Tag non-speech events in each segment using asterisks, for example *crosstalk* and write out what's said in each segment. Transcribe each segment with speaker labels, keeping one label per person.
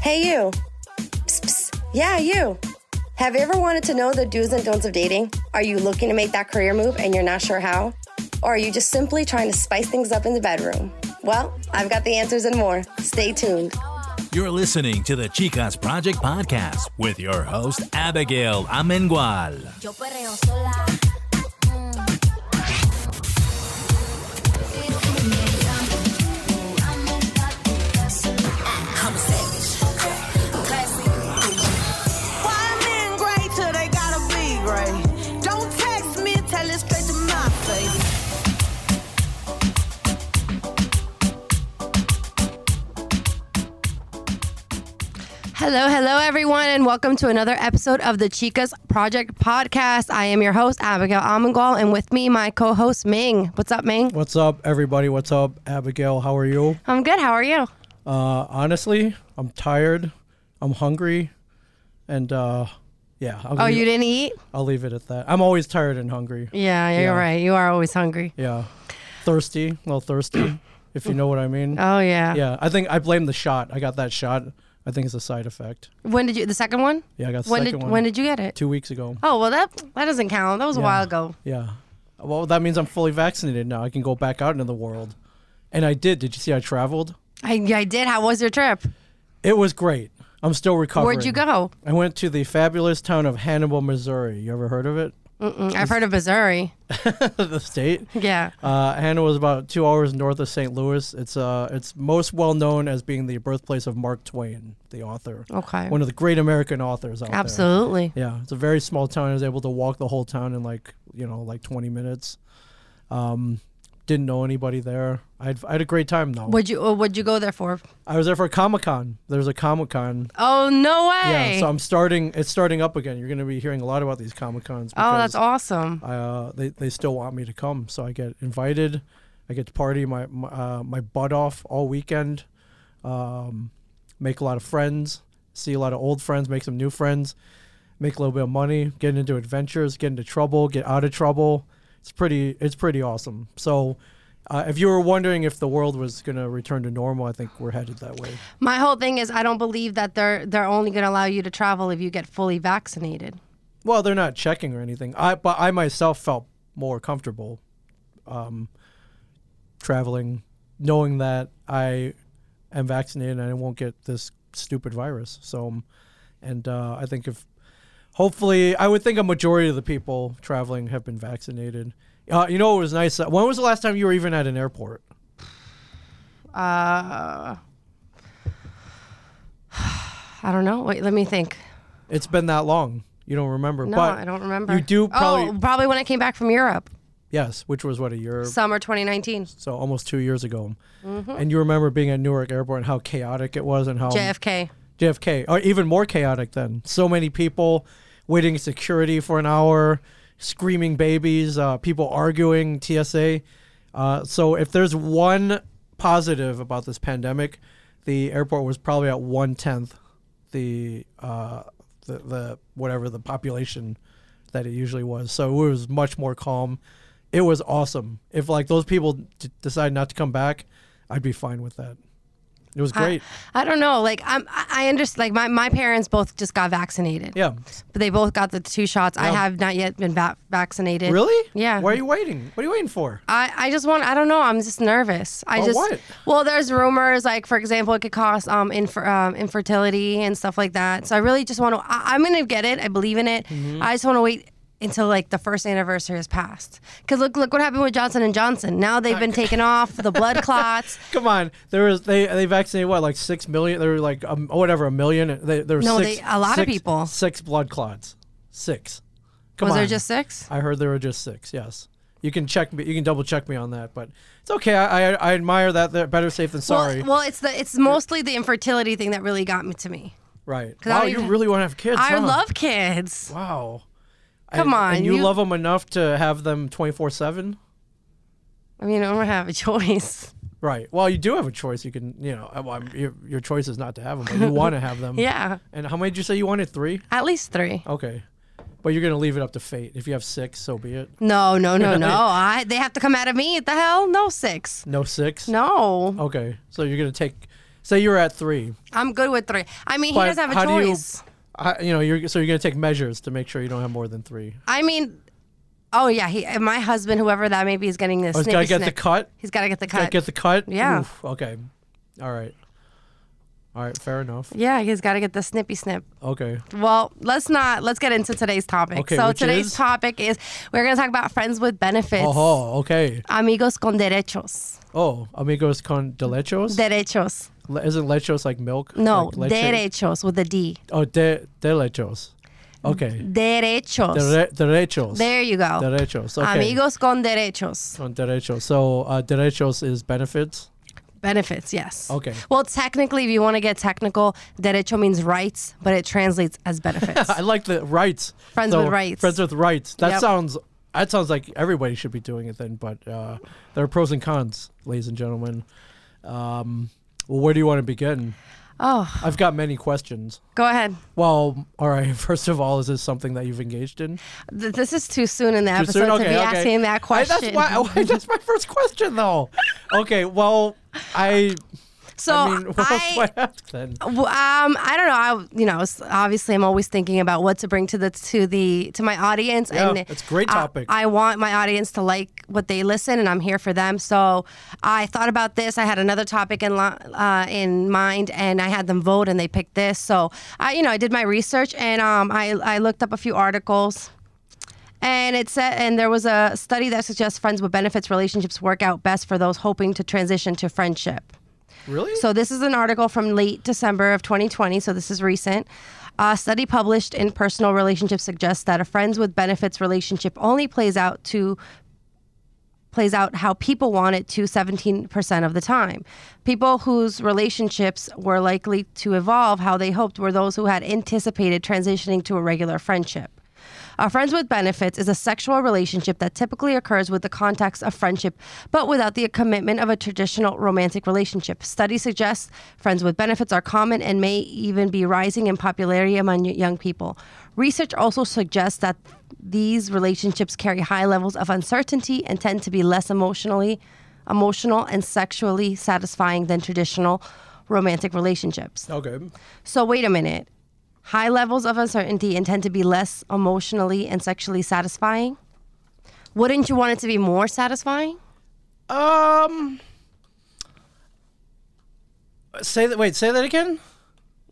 Speaker 1: Hey, you. Psst, psst. Yeah, you. Have you ever wanted to know the do's and don'ts of dating? Are you looking to make that career move and you're not sure how? Or are you just simply trying to spice things up in the bedroom? Well, I've got the answers and more. Stay tuned.
Speaker 2: You're listening to the Chicas Project Podcast with your host, Abigail Amengual.
Speaker 3: Yo perreo sola. I'm a savage. Classy.
Speaker 4: Why men great till they gotta be great? Don't text me, tell it straight to my face.
Speaker 5: Hello, hello, everyone, and welcome to another episode of the Chicas Project Podcast. I am your host, Abigail Amangwal, and with me, my co host, Ming. What's up, Ming?
Speaker 6: What's up, everybody? What's up, Abigail? How are you?
Speaker 5: I'm good. How are you?
Speaker 6: Uh, honestly, I'm tired. I'm hungry, and uh, yeah. I'll
Speaker 5: Oh,
Speaker 6: leave,
Speaker 5: you didn't eat?
Speaker 6: I'll leave it at that. I'm always tired and hungry.
Speaker 5: Yeah, you're
Speaker 6: Yeah.
Speaker 5: right. You are always hungry.
Speaker 6: Yeah, thirsty, a little thirsty, if you know what I mean.
Speaker 5: Oh, yeah.
Speaker 6: yeah, I think I blame the shot. I got that shot. I think it's a side effect.
Speaker 5: When did you, the second one?
Speaker 6: Yeah, I got the
Speaker 5: When
Speaker 6: second
Speaker 5: did,
Speaker 6: one.
Speaker 5: When did you get it?
Speaker 6: Two weeks ago.
Speaker 5: Oh, well, that that doesn't count. That was a
Speaker 6: Yeah.
Speaker 5: while ago.
Speaker 6: Yeah. Well, that means I'm fully vaccinated now. I can go back out into the world, and I did. Did you see? I traveled.
Speaker 5: I, I did. How was your trip?
Speaker 6: It was great. I'm still recovering.
Speaker 5: Where'd you go?
Speaker 6: I went to the fabulous town of Hannibal, Missouri. You ever heard of it? *laughs*
Speaker 5: Mm, I've heard of Missouri.
Speaker 6: the state.
Speaker 5: Yeah.
Speaker 6: Uh, Hannibal is about two hours north of St. Louis. It's uh, it's most well known as being the birthplace of Mark Twain, the author.
Speaker 5: Okay.
Speaker 6: One of the great American authors out there.
Speaker 5: Absolutely.
Speaker 6: Yeah, it's a very small town. I was able to walk the whole town in like you know like 20 minutes. Um, didn't know anybody there. I had, I had a great time though.
Speaker 5: What'd you, uh, what'd you go there for?
Speaker 6: I was there for Comic Con. There's a Comic Con.
Speaker 5: Oh, no way.
Speaker 6: Yeah, so I'm starting. It's starting up again. You're going to be hearing a lot about these Comic Cons.
Speaker 5: oh, that's awesome.
Speaker 6: uh, they, they still want me to come. So I get invited. I get to party my my, uh, my butt off all weekend, um, make a lot of friends, see a lot of old friends, make some new friends, make a little bit of money, get into adventures, get into trouble, get out of trouble. It's pretty it's pretty awesome. So. Uh, if you were wondering if the world was going to return to normal, I think we're headed that way.
Speaker 5: My whole thing is I don't believe that they're they're only going to allow you to travel if you get fully vaccinated.
Speaker 6: Well, they're not checking or anything. I but I myself felt more comfortable um, traveling, knowing that I am vaccinated and I won't get this stupid virus. So, um, and uh, I think if hopefully, I would think a majority of the people traveling have been vaccinated. Uh, you know, it was nice. uh, When was the last time you were even at an airport?
Speaker 5: I don't know. Wait, let me think.
Speaker 6: It's been that long. You don't remember?
Speaker 5: No,
Speaker 6: but
Speaker 5: I don't remember.
Speaker 6: You do probably
Speaker 5: Oh, probably when I came back from Europe,
Speaker 6: yes, which was what a year
Speaker 5: summer 2019,
Speaker 6: so almost two years ago. And you remember being at Newark Airport and how chaotic it was and how
Speaker 5: JFK.
Speaker 6: JFK, or even more chaotic then. So many people waiting in security for an hour, screaming babies, uh, people arguing, TSA. Uh, so if there's one positive about this pandemic, the airport was probably at one tenth the, uh, the the whatever the population that it usually was. So it was much more calm. It was awesome. If like those people d- decide not to come back, I'd be fine with that. It was great.
Speaker 5: I don't know. Like I'm, I understand. Like my, my parents both just got vaccinated.
Speaker 6: yeah.
Speaker 5: But they both got the two shots. I
Speaker 6: Yeah.
Speaker 5: have not yet been va- vaccinated.
Speaker 6: Really?
Speaker 5: Yeah.
Speaker 6: Why are you waiting? What are you waiting for?
Speaker 5: I, I just want I don't know I'm just nervous I
Speaker 6: About
Speaker 5: just
Speaker 6: Oh, what?
Speaker 5: well there's rumors like for example it could cause um, infer, um infertility and stuff like that so I really just want to I, I'm gonna get it I believe in it
Speaker 6: Mm-hmm.
Speaker 5: I just want to wait until like the first anniversary has passed because look look what happened with Johnson and Johnson now they've been taken off the
Speaker 6: *laughs*
Speaker 5: blood clots
Speaker 6: Come on, there was they they vaccinated what like six million? There were like um, oh, whatever a million. They, there were
Speaker 5: No,
Speaker 6: six,
Speaker 5: they- a lot of
Speaker 6: six-
Speaker 5: people.
Speaker 6: Six blood clots. Six. Come
Speaker 5: was
Speaker 6: on.
Speaker 5: there just six
Speaker 6: I heard there were just six. Yes. You can check me. You can double check me on that, but it's okay. I I, I admire that. They're better safe than sorry.
Speaker 5: well, well it's the it's mostly the infertility thing that really got me to me
Speaker 6: right.
Speaker 5: I
Speaker 6: Wow,
Speaker 5: don't
Speaker 6: you
Speaker 5: even-
Speaker 6: really want to have kids?
Speaker 5: I
Speaker 6: huh?
Speaker 5: love kids
Speaker 6: Wow.
Speaker 5: Come
Speaker 6: And-
Speaker 5: on,
Speaker 6: And you,
Speaker 5: you-
Speaker 6: love them enough to have them twenty four seven.
Speaker 5: I mean I don't have a *laughs* choice
Speaker 6: Right. Well, you do have a choice. You can, you know, uh, well, I'm- your, your choice is not to have them, but you
Speaker 5: *laughs*
Speaker 6: want to have them.
Speaker 5: yeah
Speaker 6: And how many did you say you wanted? Three?
Speaker 5: at least three
Speaker 6: Okay. But you're going to leave it up to fate. If you have six, so be it.
Speaker 5: No, no, no, no. I they have to come out of me. What the hell? No six.
Speaker 6: No six?
Speaker 5: No.
Speaker 6: Okay. So you're going to take say you're at three.
Speaker 5: I'm good with three. I mean, he
Speaker 6: but
Speaker 5: doesn't have
Speaker 6: how
Speaker 5: a choice.
Speaker 6: do you? I, you know, you're so you're gonna take measures to make sure you don't have more than three.
Speaker 5: I mean, oh yeah, he, my husband, whoever that may be, is getting this.
Speaker 6: Oh, he's gotta get the cut?
Speaker 5: He's got to get the
Speaker 6: Gotta
Speaker 5: cut.
Speaker 6: Get the cut.
Speaker 5: Yeah.
Speaker 6: Oof, okay. All right. All right. Fair enough.
Speaker 5: yeah, he's got to get the snippy snip.
Speaker 6: Okay.
Speaker 5: Well, let's not. Let's get into today's topic.
Speaker 6: Okay,
Speaker 5: so
Speaker 6: which
Speaker 5: today's
Speaker 6: is?
Speaker 5: topic is we're gonna talk about friends with benefits.
Speaker 6: Oh, okay.
Speaker 5: Amigos con derechos.
Speaker 6: Oh, amigos con delechos.
Speaker 5: Derechos.
Speaker 6: Le- Isn't lechos like milk?
Speaker 5: No,
Speaker 6: Like leche?
Speaker 5: derechos with a D.
Speaker 6: Oh, de delechos. Okay.
Speaker 5: Derechos.
Speaker 6: Dere- derechos.
Speaker 5: Mm. there you go.
Speaker 6: Derechos. Okay.
Speaker 5: Amigos con derechos.
Speaker 6: Con derechos. So uh, derechos is benefits.
Speaker 5: Benefits, yes.
Speaker 6: Okay.
Speaker 5: Well, technically, if you want to get technical, derecho means rights, but it translates as
Speaker 6: *laughs*
Speaker 5: benefits.
Speaker 6: I like the rights.
Speaker 5: Friends with rights.
Speaker 6: Friends with rights. That
Speaker 5: Yep.
Speaker 6: sounds. That sounds like everybody should be doing it then. But uh, there are pros and cons, ladies and gentlemen. Um, well, where do you want to begin?
Speaker 5: oh,
Speaker 6: I've got many questions.
Speaker 5: go ahead.
Speaker 6: Well, all right. *laughs* First of all, is this something that you've engaged in?
Speaker 5: Th- this is too soon in the
Speaker 6: Too
Speaker 5: episode
Speaker 6: soon?
Speaker 5: to be asking that
Speaker 6: I-
Speaker 5: question.
Speaker 6: that's why, *laughs* why- That's my first question, though. Okay. Well, I.
Speaker 5: so
Speaker 6: I mean, *laughs* what else do
Speaker 5: I-
Speaker 6: I ask then?
Speaker 5: Well, um, I don't know. I, you know, s- obviously, I'm always thinking about what to bring to the to the to my audience.
Speaker 6: Yeah,
Speaker 5: and
Speaker 6: it's a great
Speaker 5: I-
Speaker 6: topic.
Speaker 5: I, want my audience to like what they listen, and I'm here for them. So I thought about this. I had another topic in lo- uh, in mind, and I had them vote, and they picked this. So I, you know, I did my research, and um, I I looked up a few articles. And it said, and there was a study that suggests friends with benefits relationships work out best for those hoping to transition to friendship.
Speaker 6: Really?
Speaker 5: So this is an article from late December of 2020. So this is recent. A study published in Personal Relationships suggests that a friends with benefits relationship only plays out to plays out how people want it to 17% of the time. People whose relationships were likely to evolve how they hoped were those who had anticipated transitioning to a regular friendship. A friends with benefits is a sexual relationship that typically occurs with the context of friendship, but without the commitment of a traditional romantic relationship. Studies suggest friends with benefits are common and may even be rising in popularity among young people. Research also suggests that these relationships carry high levels of uncertainty and tend to be less emotionally emotional and sexually satisfying than traditional romantic relationships.
Speaker 6: okay.
Speaker 5: So wait a minute. High levels of uncertainty and tend to be less emotionally and sexually satisfying. Wouldn't you want it to be more satisfying?
Speaker 6: Um. Say that. Wait. Say that again.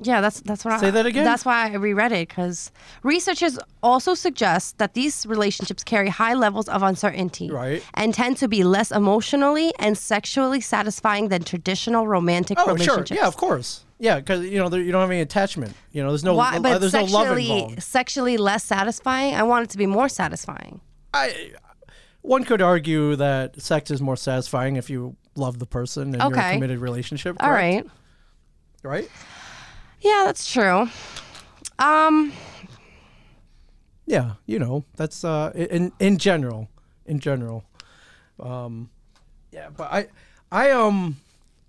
Speaker 5: Yeah, that's that's what I
Speaker 6: Say that again?
Speaker 5: That's why I reread it because researchers also suggest that these relationships carry high levels of uncertainty,
Speaker 6: Right.
Speaker 5: and tend to be less emotionally and sexually satisfying than traditional romantic
Speaker 6: Oh, sure.
Speaker 5: relationships.
Speaker 6: Yeah, of course. Yeah, because you know there, you don't have any attachment. You know, there's no
Speaker 5: Why,
Speaker 6: uh,
Speaker 5: but
Speaker 6: there's no love
Speaker 5: sexually,
Speaker 6: involved.
Speaker 5: sexually less satisfying. I want it to be more satisfying.
Speaker 6: I, one could argue that sex is more satisfying if you love the person and you're in a
Speaker 5: Okay.
Speaker 6: committed relationship.
Speaker 5: All right.
Speaker 6: All right. Right.
Speaker 5: Yeah, that's true. Um,
Speaker 6: Yeah. You know, that's uh in in general, in general. Um, yeah, but I, I um,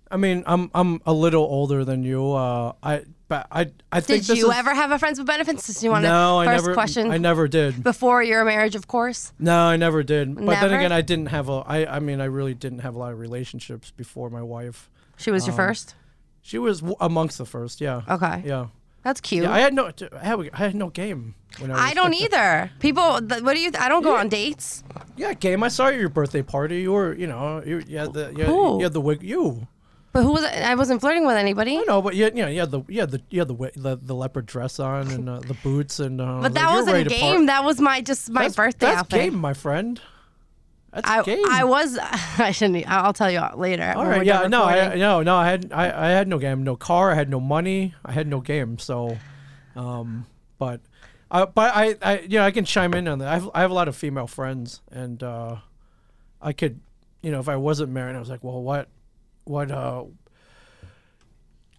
Speaker 6: I mean, I'm I'm a little older than you. Uh, I but I I think
Speaker 5: did
Speaker 6: this
Speaker 5: you
Speaker 6: is-
Speaker 5: ever have a friends with benefits? Since you want
Speaker 6: No,
Speaker 5: to
Speaker 6: I
Speaker 5: first
Speaker 6: never.
Speaker 5: question
Speaker 6: I never did.
Speaker 5: before your marriage, of course.
Speaker 6: No, I never did. But then
Speaker 5: Never?
Speaker 6: again, I didn't have a. I I mean, I really didn't have a lot of relationships before my wife.
Speaker 5: She was
Speaker 6: Um,
Speaker 5: your first.
Speaker 6: She was w- amongst the first. Yeah.
Speaker 5: Okay.
Speaker 6: Yeah.
Speaker 5: That's cute.
Speaker 6: Yeah, I had no. I had, I had no game. When I, was,
Speaker 5: I don't either. People, th- what do you? I don't go on dates.
Speaker 6: Yeah, game. I saw you at your birthday party. You were, you know, you, you had the, you,
Speaker 5: Who?
Speaker 6: had, you had the wig. You.
Speaker 5: But who was? I wasn't flirting with anybody.
Speaker 6: No, but you, had, you know, you had the, you had the, you had the, wi- the, the leopard dress on and uh, the boots and. Uh,
Speaker 5: But that wasn't a game. That was my just my birthday
Speaker 6: that's
Speaker 5: outfit.
Speaker 6: game, my friend. That's
Speaker 5: I,
Speaker 6: game.
Speaker 5: I was. *laughs* I shouldn't. I'll tell you later.
Speaker 6: All right. Yeah. No. I, no. No. I had. I, I. had no game. No car. I had no money. I had no game. So, um. But, I. But I. I. You know. I can chime in on that. I have. I have a lot of female friends, and uh, I could. You know, if I wasn't married, I was like, well, what, what, uh,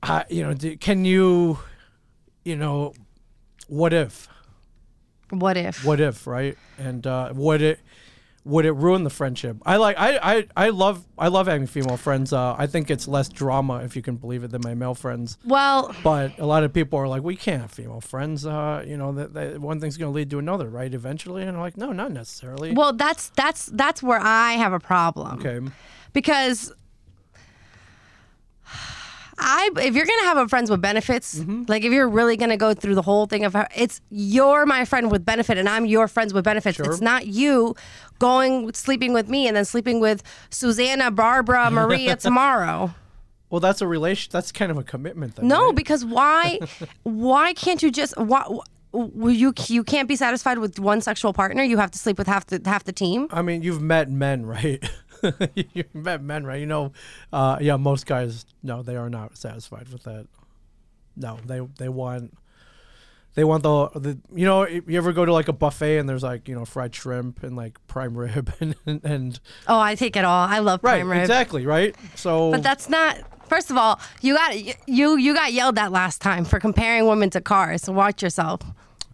Speaker 6: I. You know, do, can you, you know, what if?
Speaker 5: what if?
Speaker 6: what if right and uh, would it would it ruin the friendship i like i i, I love i love having female friends uh, i think it's less drama if you can believe it than my male friends
Speaker 5: Well,
Speaker 6: but a lot of people are like we can't have female friends uh, you know that, that one thing's going to lead to another right eventually and i'm like no not necessarily
Speaker 5: well, that's that's that's where I have a problem.
Speaker 6: okay
Speaker 5: because I if you're gonna have a friends with benefits,
Speaker 6: Mm-hmm.
Speaker 5: like if you're really gonna go through the whole thing of how- it's you're my friend with benefit and I'm your friends with benefits. It's not you going sleeping with me and then sleeping with Susanna, Barbara,
Speaker 6: *laughs*
Speaker 5: Maria tomorrow.
Speaker 6: Well, that's a relation. That's kind of a commitment. Then,
Speaker 5: No,
Speaker 6: right? *laughs*
Speaker 5: because why? why can't you just why? wh- You you can't be satisfied with one sexual partner. You have to sleep with half the half the team.
Speaker 6: I mean, you've met men, *laughs* right? you've met men, right? You know, uh, yeah, most guys, no, they are not satisfied with that. No, they they want, they want the, the you know, if you ever go to like a buffet and there's like you know fried shrimp and like prime rib *laughs* and and, and
Speaker 5: Oh, I take it all. I love
Speaker 6: right,
Speaker 5: prime rib.
Speaker 6: exactly, right. So
Speaker 5: But that's not. First of all, you got you you got yelled at last time for comparing women to cars. So watch yourself.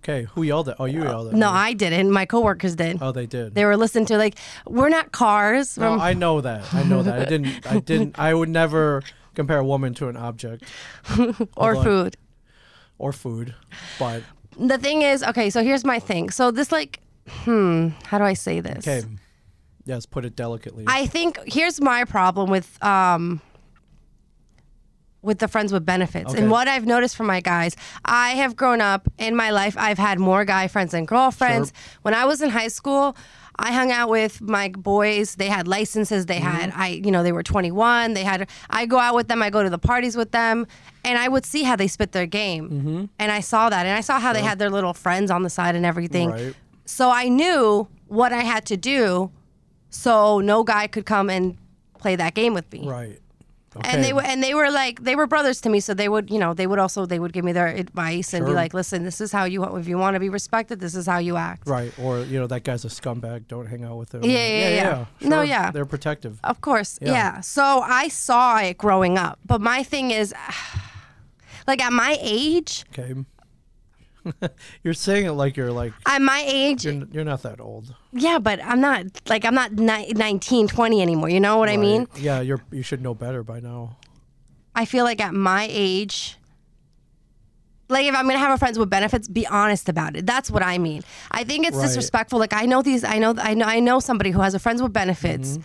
Speaker 6: okay, who yelled at? Oh, you yelled at.
Speaker 5: No,
Speaker 6: me.
Speaker 5: I didn't. My coworkers did.
Speaker 6: Oh, they did.
Speaker 5: They were listening to like we're not cars.
Speaker 6: No,
Speaker 5: Rem-
Speaker 6: I know that. I know that. I didn't. I didn't. I would never compare a woman to an object
Speaker 5: *laughs* or
Speaker 6: on.
Speaker 5: food.
Speaker 6: or food, but
Speaker 5: The thing is, okay. So here's my thing. So this like, hmm, how do I say this?
Speaker 6: okay. Yes, put it delicately.
Speaker 5: I think here's my problem with um with the friends with benefits
Speaker 6: Okay.
Speaker 5: and what I've noticed from my guys. I have grown up in my life. I've had more guy friends than girlfriends. When I was in high school, I hung out with my boys. They had licenses. They had
Speaker 6: Mm-hmm.
Speaker 5: I you know they were 21. They had I go out with them. I go to the parties with them, and I would see how they spit their game.
Speaker 6: Mm-hmm.
Speaker 5: And I saw that, and I saw how they had their little friends on the side and everything.
Speaker 6: Right.
Speaker 5: So I knew what I had to do so no guy could come and play that game with me.
Speaker 6: Right.
Speaker 5: And they were and they were like they were brothers to me, so they would you know they would also they would give me their advice and be
Speaker 6: Sure.
Speaker 5: like, listen, this is how you if you want to be respected, this is how you act.
Speaker 6: right, or you know that guy's a scumbag. Don't hang out with him.
Speaker 5: Yeah, yeah, yeah. No, yeah.
Speaker 6: They're protective.
Speaker 5: Of course,
Speaker 6: Yeah.
Speaker 5: yeah. So I saw it growing up, but my thing is, *sighs* like at my age,
Speaker 6: Okay. *laughs* you're saying it like you're like
Speaker 5: at my age,
Speaker 6: you're, you're not that old.
Speaker 5: yeah, but I'm not like I'm not ni- 19, 20 anymore. You know what I mean?
Speaker 6: Right. yeah, you're you should know better by now.
Speaker 5: I feel like at my age, like if I'm gonna have a friends with benefits, be honest about it. That's what I mean. I think it's
Speaker 6: Right.
Speaker 5: disrespectful. Like I know these, I know, I know, I know somebody who has a friends with benefits.
Speaker 6: Mm-hmm.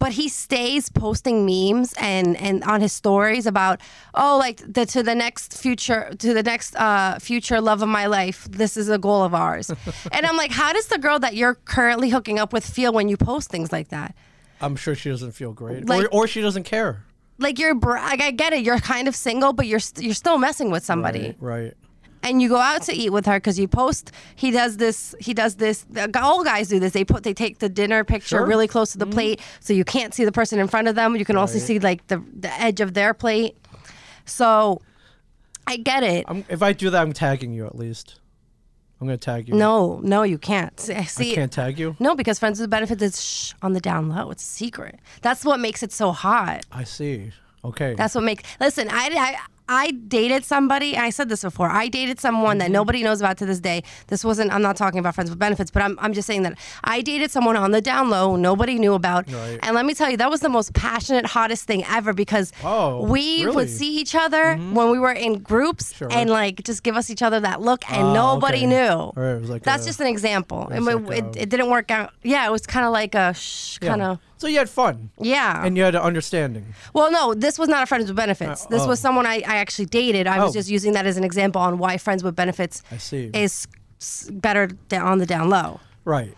Speaker 5: But he stays posting memes and, and on his stories about oh like the, to the next future to the next uh, future love of my life this is a goal
Speaker 6: *laughs*
Speaker 5: of ours and I'm like how does the girl that you're currently hooking up with feel when you post things like that
Speaker 6: I'm sure she doesn't feel great,
Speaker 5: Like-
Speaker 6: or, or she doesn't care.
Speaker 5: like you're bra- like I get it you're kind of single but you're st- you're still messing with somebody
Speaker 6: Right.
Speaker 5: and you go out to eat with her because you post he does this he does this the g- all guys do this they put they take the dinner picture
Speaker 6: Sure. Mm-hmm.
Speaker 5: really close to the plate so you can't see the person in front of them you can also see like the, the edge of their plate so i get it
Speaker 6: I'm, if I do that, I'm tagging you at least. I'm gonna tag you.
Speaker 5: no no you can't see
Speaker 6: I can't tag you.
Speaker 5: no because friends with benefits is shh, on the down low it's a secret that's what makes it so hot
Speaker 6: I see. Okay.
Speaker 5: That's what makes. Listen, I, I I dated somebody. I said this before. I dated someone
Speaker 6: Mm-hmm.
Speaker 5: that nobody knows about to this day. This wasn't. I'm not talking about friends with benefits, but I'm I'm just saying that I dated someone on the down low nobody knew about.
Speaker 6: Right.
Speaker 5: And let me tell you, that was the most passionate, hottest thing ever because
Speaker 6: Oh,
Speaker 5: we
Speaker 6: really? Mm-hmm.
Speaker 5: would see each other when we were in groups
Speaker 6: Sure.
Speaker 5: and like just give us each other that look, and
Speaker 6: Ah,
Speaker 5: nobody
Speaker 6: okay.
Speaker 5: knew.
Speaker 6: right, it was like
Speaker 5: That's
Speaker 6: a-
Speaker 5: just an example.
Speaker 6: it
Speaker 5: It,
Speaker 6: was
Speaker 5: it,
Speaker 6: like
Speaker 5: it,
Speaker 6: a-
Speaker 5: didn't work out. Yeah, it was kind of like a shh, kind of.
Speaker 6: So you had fun.
Speaker 5: Yeah.
Speaker 6: And you had an understanding.
Speaker 5: Well, no, this was not a friends with benefits.
Speaker 6: Uh,
Speaker 5: this was
Speaker 6: oh.
Speaker 5: someone I, I actually dated. I
Speaker 6: Oh.
Speaker 5: was just using that as an example on why friends with benefits
Speaker 6: I see.
Speaker 5: is s- better da- on the down low.
Speaker 6: Right.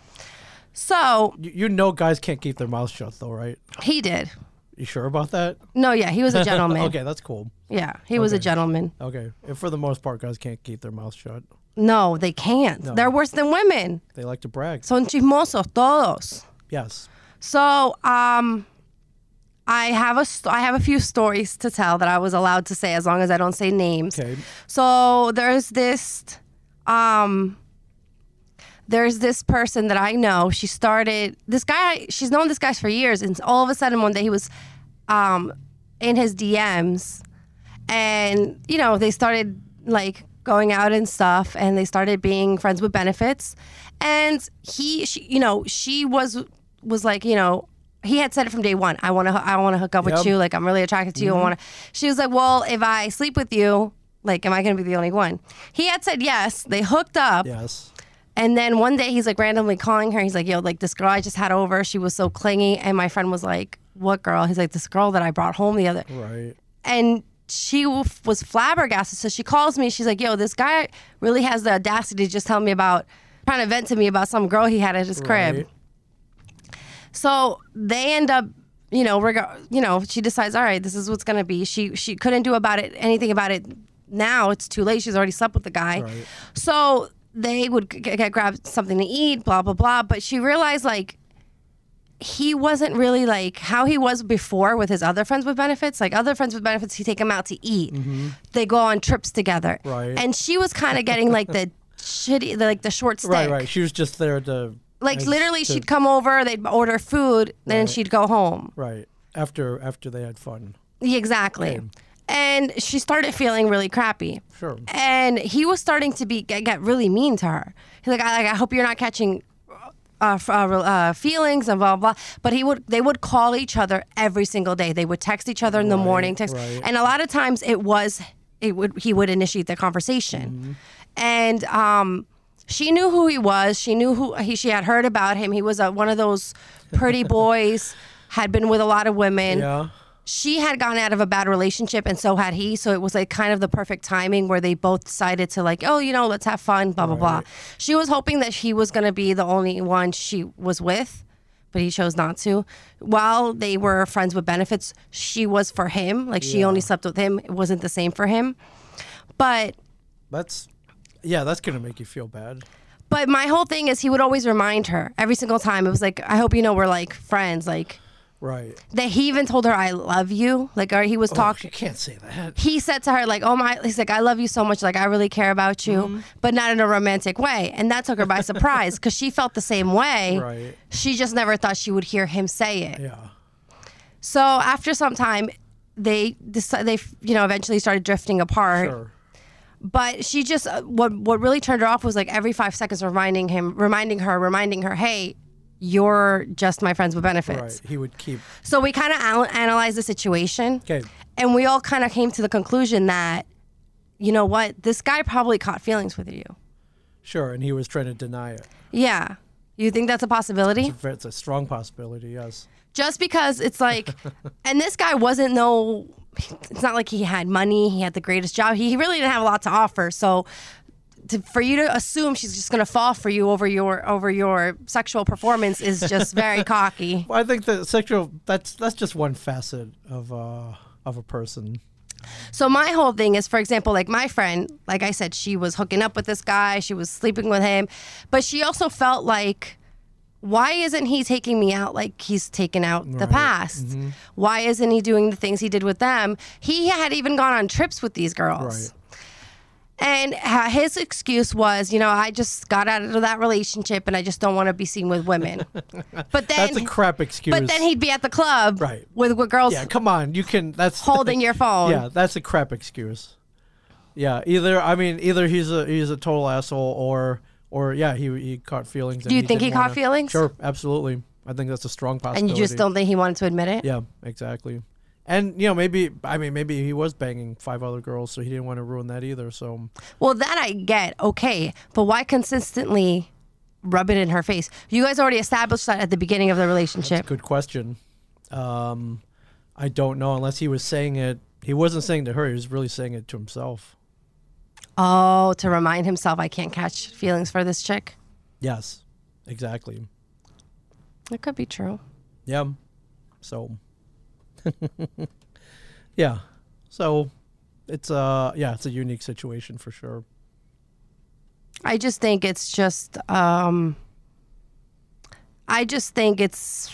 Speaker 5: So
Speaker 6: You, you know, guys can't keep their mouths shut, though, right?
Speaker 5: he did.
Speaker 6: You sure about that?
Speaker 5: No, yeah, he was a gentleman.
Speaker 6: *laughs* Okay, that's cool.
Speaker 5: Yeah, he was a
Speaker 6: Okay.
Speaker 5: gentleman.
Speaker 6: Okay. And for the most part, guys can't keep their mouths shut.
Speaker 5: No, they can't. They're worse than women.
Speaker 6: They like to brag.
Speaker 5: Son chismosos todos.
Speaker 6: yes.
Speaker 5: So, um, I have a st- I have a few stories to tell that I was allowed to say as long as I don't say names.
Speaker 6: Okay.
Speaker 5: So there's this, um, there's this person that I know. She started this guy. She's known this guy for years, and all of a sudden one day he was, um, in his DMs, and you know they started like going out and stuff, and they started being friends with benefits, and he, she, you know, she was was like, you know. He had said it from day one. I want to. I want to hook up
Speaker 6: Yep.
Speaker 5: with you. Like I'm really attracted to you. I want to. She was like, well, if I sleep with you, like, am I going to be the only one? He had said yes. They hooked up.
Speaker 6: Yes.
Speaker 5: And then one day he's like randomly calling her. He's like, yo, like this girl I just had over, she was so clingy. And my friend was like, what girl? He's like, this girl that I brought home the other.
Speaker 6: Right.
Speaker 5: And she w- was flabbergasted. So she calls me. She's like, "Yo, this guy really has the audacity to just tell me about trying to vent to me about some girl he had at his crib."
Speaker 6: Right.
Speaker 5: So they end up, you know, reg- you know, she decides, all right, this is what's gonna be. She she couldn't do about it anything about it. Now it's too late. She's already slept with the guy.
Speaker 6: Right.
Speaker 5: So they would g- get, get grab something to eat, blah blah blah. But she realized like he wasn't really like how he was before with his other friends with benefits. Like other friends with benefits, he take him out to eat. They go on trips together.
Speaker 6: Mm-hmm. Right.
Speaker 5: And she was kind of getting like
Speaker 6: *laughs*
Speaker 5: the shitty, the, like the short stick
Speaker 6: Right, right. She was just there to
Speaker 5: like
Speaker 6: as-
Speaker 5: literally
Speaker 6: to-
Speaker 5: she'd come over they'd order food then she'd go home
Speaker 6: right after after they had fun.
Speaker 5: Yeah, exactly and she started feeling really crappy
Speaker 6: Sure.
Speaker 5: and he was starting to be get, get really mean to her he's like I, like I hope you're not catching uh, f- uh, re- uh, feelings and blah, blah blah. but he would they would call each other every single day they would text each other in the morning text
Speaker 6: right.
Speaker 5: and a lot of times it was it would he would initiate the conversation
Speaker 6: Mm-hmm.
Speaker 5: and um she knew who he was she knew who he she had heard about him he was a, one of those
Speaker 6: *laughs*
Speaker 5: pretty boys had been with a lot of women
Speaker 6: Yeah.
Speaker 5: she had gotten out of a bad relationship and so had he so it was like kind of the perfect timing where they both decided to like oh you know let's have fun blah blah blah she was hoping that he was going to be the only one she was with but he chose not to while they were friends with benefits she was for him like she only slept with him it wasn't the same for him but
Speaker 6: That's yeah, that's gonna make you feel bad.
Speaker 5: but my whole thing is he would always remind her every single time it was like i hope you know we're like friends like
Speaker 6: Right.
Speaker 5: that he even told her i love you like or he
Speaker 6: Oh,
Speaker 5: was talking
Speaker 6: You can't say that.
Speaker 5: he said to her like oh my he's like i love you so much like i really care about you
Speaker 6: Mm-hmm.
Speaker 5: but not in a romantic way and that took her by surprise because she felt the same way
Speaker 6: Right.
Speaker 5: she just never thought she would hear him say it
Speaker 6: Yeah.
Speaker 5: so after some time they decided they you know eventually started drifting apart
Speaker 6: Sure.
Speaker 5: but she just uh, what what really turned her off was like every five seconds reminding him reminding her reminding her hey you're just my friends with benefits
Speaker 6: Right. He would keep
Speaker 5: so we kind of al- analyzed the situation
Speaker 6: Okay.
Speaker 5: and we all kind of came to the conclusion that you know what this guy probably caught feelings with you
Speaker 6: Sure, and he was trying to deny it.
Speaker 5: yeah you think that's a possibility
Speaker 6: It's a strong possibility, yes.
Speaker 5: just because it's like and this guy wasn't no it's not like he had money he had the greatest job he, he really didn't have a lot to offer so to, for you to assume she's just going to fall for you over your over your sexual performance is just very cocky
Speaker 6: Well, I think that sexual that's that's just one facet of uh of a person.
Speaker 5: So my whole thing is, for example, like my friend, like I said, she was hooking up with this guy, she was sleeping with him, but she also felt like, why isn't he taking me out like he's taken out the past?
Speaker 6: Mm-hmm.
Speaker 5: Why isn't he doing the things he did with them? He had even gone on trips with these girls.
Speaker 6: Right.
Speaker 5: And ha- his excuse was, you know, I just got out of that relationship and I just don't want to be seen
Speaker 6: *laughs*
Speaker 5: with women. But then,
Speaker 6: That's a crap excuse.
Speaker 5: but then he'd be at the club
Speaker 6: Right.
Speaker 5: with, with girls
Speaker 6: Yeah, come on. You can that's
Speaker 5: holding your phone.
Speaker 6: Yeah, that's a crap excuse. Yeah, either I mean either he's a he's a total asshole or or yeah, he he caught feelings. Do
Speaker 5: you think he caught feelings?
Speaker 6: Sure, absolutely. I think that's a strong
Speaker 5: And
Speaker 6: possibility.
Speaker 5: you just don't think he wanted to admit it?
Speaker 6: Yeah, exactly. And you know, maybe I mean maybe he was banging five other girls, so he didn't want to ruin that either. So
Speaker 5: Well, that I get, okay, but why consistently rub it in her face? You guys already established that at the beginning of the relationship.
Speaker 6: good question. Um, I don't know unless he was saying it. He wasn't saying to her. He was really saying it to himself.
Speaker 5: Oh, to remind himself, I can't catch feelings for this chick.
Speaker 6: Yes, exactly.
Speaker 5: That could be true.
Speaker 6: Yeah. So. *laughs* yeah. So, it's uh yeah it's a unique situation for sure.
Speaker 5: I just think it's just, um, I just think it's,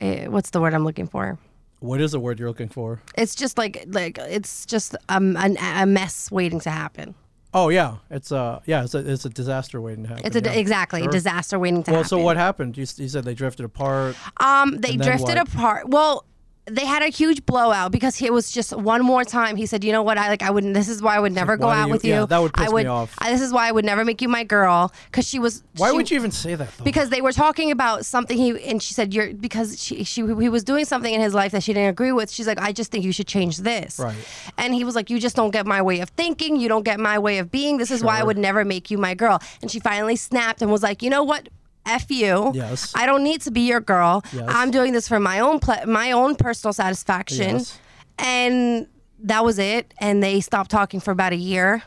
Speaker 5: eh, what's the word I'm looking for?
Speaker 6: What is the word you're looking for?
Speaker 5: It's just like, like it's just um, an, a mess waiting to happen.
Speaker 6: Oh yeah, it's uh yeah it's a it's a disaster waiting to happen.
Speaker 5: It's a,
Speaker 6: yeah.
Speaker 5: exactly
Speaker 6: Sure.
Speaker 5: a disaster waiting to
Speaker 6: Well,
Speaker 5: happen.
Speaker 6: so what happened? You, s- you said they drifted apart.
Speaker 5: Um, they
Speaker 6: And then
Speaker 5: drifted
Speaker 6: what?
Speaker 5: apart. Well, they had a huge blowout because it was just one more time. He said, "You know what? I like. I wouldn't. This is why I would never go
Speaker 6: why do
Speaker 5: out
Speaker 6: you-
Speaker 5: with you.
Speaker 6: yeah, that would piss
Speaker 5: I
Speaker 6: me
Speaker 5: would,
Speaker 6: off.
Speaker 5: I, this is why I would never make you my girl because she was.
Speaker 6: Why
Speaker 5: she-
Speaker 6: would you even say that? Though?
Speaker 5: Because they were talking about something he and she said you're because she she he was doing something in his life that she didn't agree with. She's like, I just think you should change this.
Speaker 6: Right.
Speaker 5: And he was like, You just don't get my way of thinking. You don't get my way of being. This is why I
Speaker 6: Sure.
Speaker 5: would never make you my girl. And she finally snapped and was like, You know what? F you.
Speaker 6: Yes.
Speaker 5: I don't need to be your girl.
Speaker 6: Yes.
Speaker 5: I'm doing this for my own ple- my own personal satisfaction.
Speaker 6: Yes.
Speaker 5: and that was it. And they stopped talking for about a year,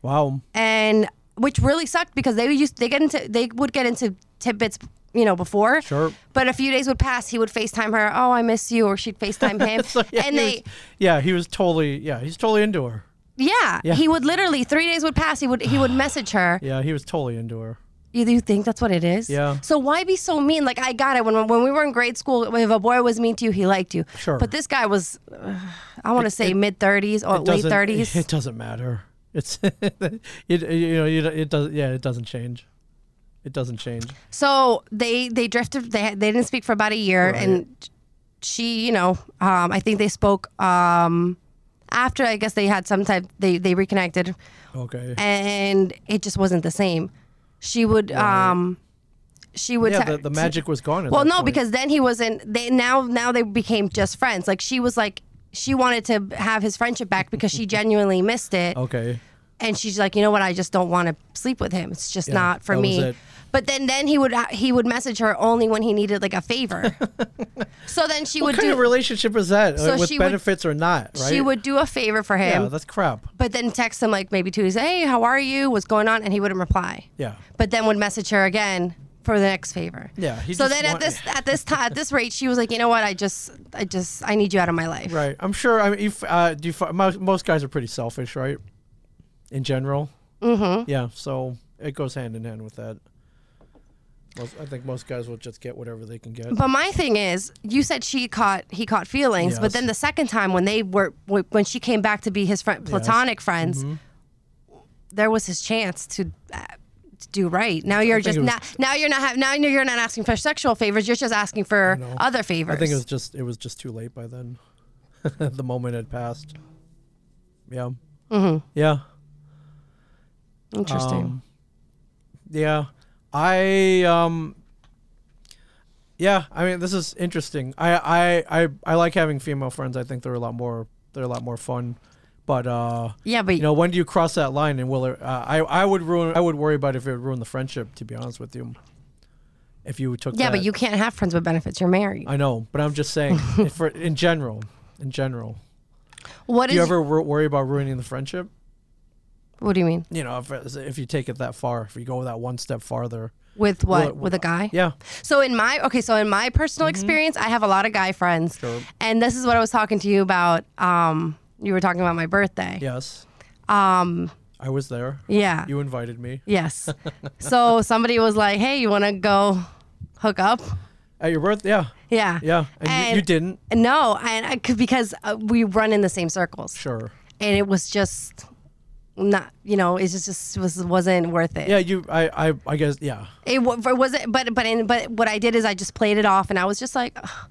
Speaker 6: Wow.
Speaker 5: and which really sucked because they used they get into they would get into tidbits. You know, before,
Speaker 6: Sure.
Speaker 5: But a few days would pass. He would Facetime her. Oh, I miss you, or
Speaker 6: *laughs*
Speaker 5: she'd Facetime him.
Speaker 6: So, yeah,
Speaker 5: and
Speaker 6: he
Speaker 5: they,
Speaker 6: was- yeah, he was totally yeah, he's totally into her.
Speaker 5: yeah,
Speaker 6: Yeah.
Speaker 5: he would literally three days would pass. He would he
Speaker 6: *sighs*
Speaker 5: would message her.
Speaker 6: Yeah, he was totally into her.
Speaker 5: You, you think that's what it is?
Speaker 6: Yeah.
Speaker 5: So why be so mean? Like I got it when when we were in grade school. If a boy was mean to you, he liked you.
Speaker 6: Sure.
Speaker 5: But this guy was, *sighs* uh, I want to say mid thirties or late
Speaker 6: Doesn't- *laughs*
Speaker 5: thirties.
Speaker 6: It doesn't matter. It's *laughs* it you know you, it does yeah it doesn't change. It doesn't change.
Speaker 5: So they they drifted. They they didn't speak for about a year, and she, you know, um, I think they spoke um, after. I guess they had some type. They they reconnected,
Speaker 6: Okay.
Speaker 5: and it just wasn't the same. She would. Um, she would
Speaker 6: yeah,
Speaker 5: te-
Speaker 6: the, the magic was gone. At
Speaker 5: Well,
Speaker 6: that
Speaker 5: no,
Speaker 6: point.
Speaker 5: because then he wasn't. They now now they became just friends. Like she was like she wanted to have his friendship back
Speaker 6: *laughs*
Speaker 5: because she genuinely missed it,
Speaker 6: okay,
Speaker 5: and she's like, you know what, I just don't want to sleep with him. It's just not for
Speaker 6: that was
Speaker 5: me.
Speaker 6: it.
Speaker 5: But then then he would uh, he would message her only when he needed like a favor.
Speaker 6: *laughs*
Speaker 5: so then she
Speaker 6: what
Speaker 5: would
Speaker 6: kind
Speaker 5: do
Speaker 6: of relationship is that
Speaker 5: So
Speaker 6: uh, with
Speaker 5: she would-
Speaker 6: benefits or not? Right.
Speaker 5: she would do a favor for him,
Speaker 6: Yeah, that's crap.
Speaker 5: but then text him like maybe two days, hey, how are you? What's going on? And he wouldn't reply.
Speaker 6: Yeah.
Speaker 5: but then would message her again for the next favor.
Speaker 6: Yeah, he
Speaker 5: So
Speaker 6: just
Speaker 5: then at
Speaker 6: want-
Speaker 5: this at this time at this rate, she was like, you know what? I just I just I need you out of my life.
Speaker 6: Right. I'm sure. I mean, if, uh, do you, fi- mo- most guys are pretty selfish, right? In general. Mm-hmm. Yeah. So it goes hand in hand with that. Most, I think most guys will just get whatever they can get.
Speaker 5: But my thing is, you said she caught he caught feelings, but
Speaker 6: Yes.
Speaker 5: then the second time when they were when she came back to be his friend, platonic friends,
Speaker 6: Mm-hmm.
Speaker 5: there was his chance to. Uh, to do right now. You're just
Speaker 6: it was-
Speaker 5: now. Now you're not. Have, now you're not asking for sexual favors. You're just asking for other favors.
Speaker 6: I think it was just it was just too late by then. *laughs* the moment had passed. Yeah. Mm-hmm. Yeah. um,
Speaker 5: interesting.
Speaker 6: Yeah. I um Yeah, I mean this is interesting. I I I, I like having female friends. I think they're a lot more they're a lot more fun. But uh
Speaker 5: yeah, but
Speaker 6: you know, when do you cross that line and will it uh, I I would ruin I would worry about if it would ruin the friendship to be honest with you. If you took
Speaker 5: yeah,
Speaker 6: that.
Speaker 5: but you can't have friends with benefits. You're married.
Speaker 6: I know, but I'm just
Speaker 5: *laughs*
Speaker 6: saying if for in general, in general.
Speaker 5: What
Speaker 6: Do
Speaker 5: is?
Speaker 6: you ever wor- worry about ruining the friendship?
Speaker 5: what do you mean?
Speaker 6: You know, if if you take it that far, if you go that one step farther.
Speaker 5: With
Speaker 6: Well,
Speaker 5: what? with a guy?
Speaker 6: Yeah.
Speaker 5: So in my okay, so in my personal experience, I have a lot of guy friends,
Speaker 6: Mm-hmm. Sure.
Speaker 5: and this is what I was talking to you about. Um, you were talking about my birthday.
Speaker 6: Yes. Um. I was there.
Speaker 5: Yeah.
Speaker 6: You invited me *laughs*
Speaker 5: yes. so somebody was like, "Hey, you want to go hook up?"
Speaker 6: at your birthday. Yeah.
Speaker 5: Yeah.
Speaker 6: Yeah. And, you, you didn't.
Speaker 5: No, and I could because uh, we run in the same circles,
Speaker 6: Sure.
Speaker 5: and it was just not. You know, it just just was, wasn't worth it.
Speaker 6: Yeah. You. I. I. I guess. Yeah.
Speaker 5: It, wa- it wasn't, but but in, but what I did is I just played it off, and I was just like, oh,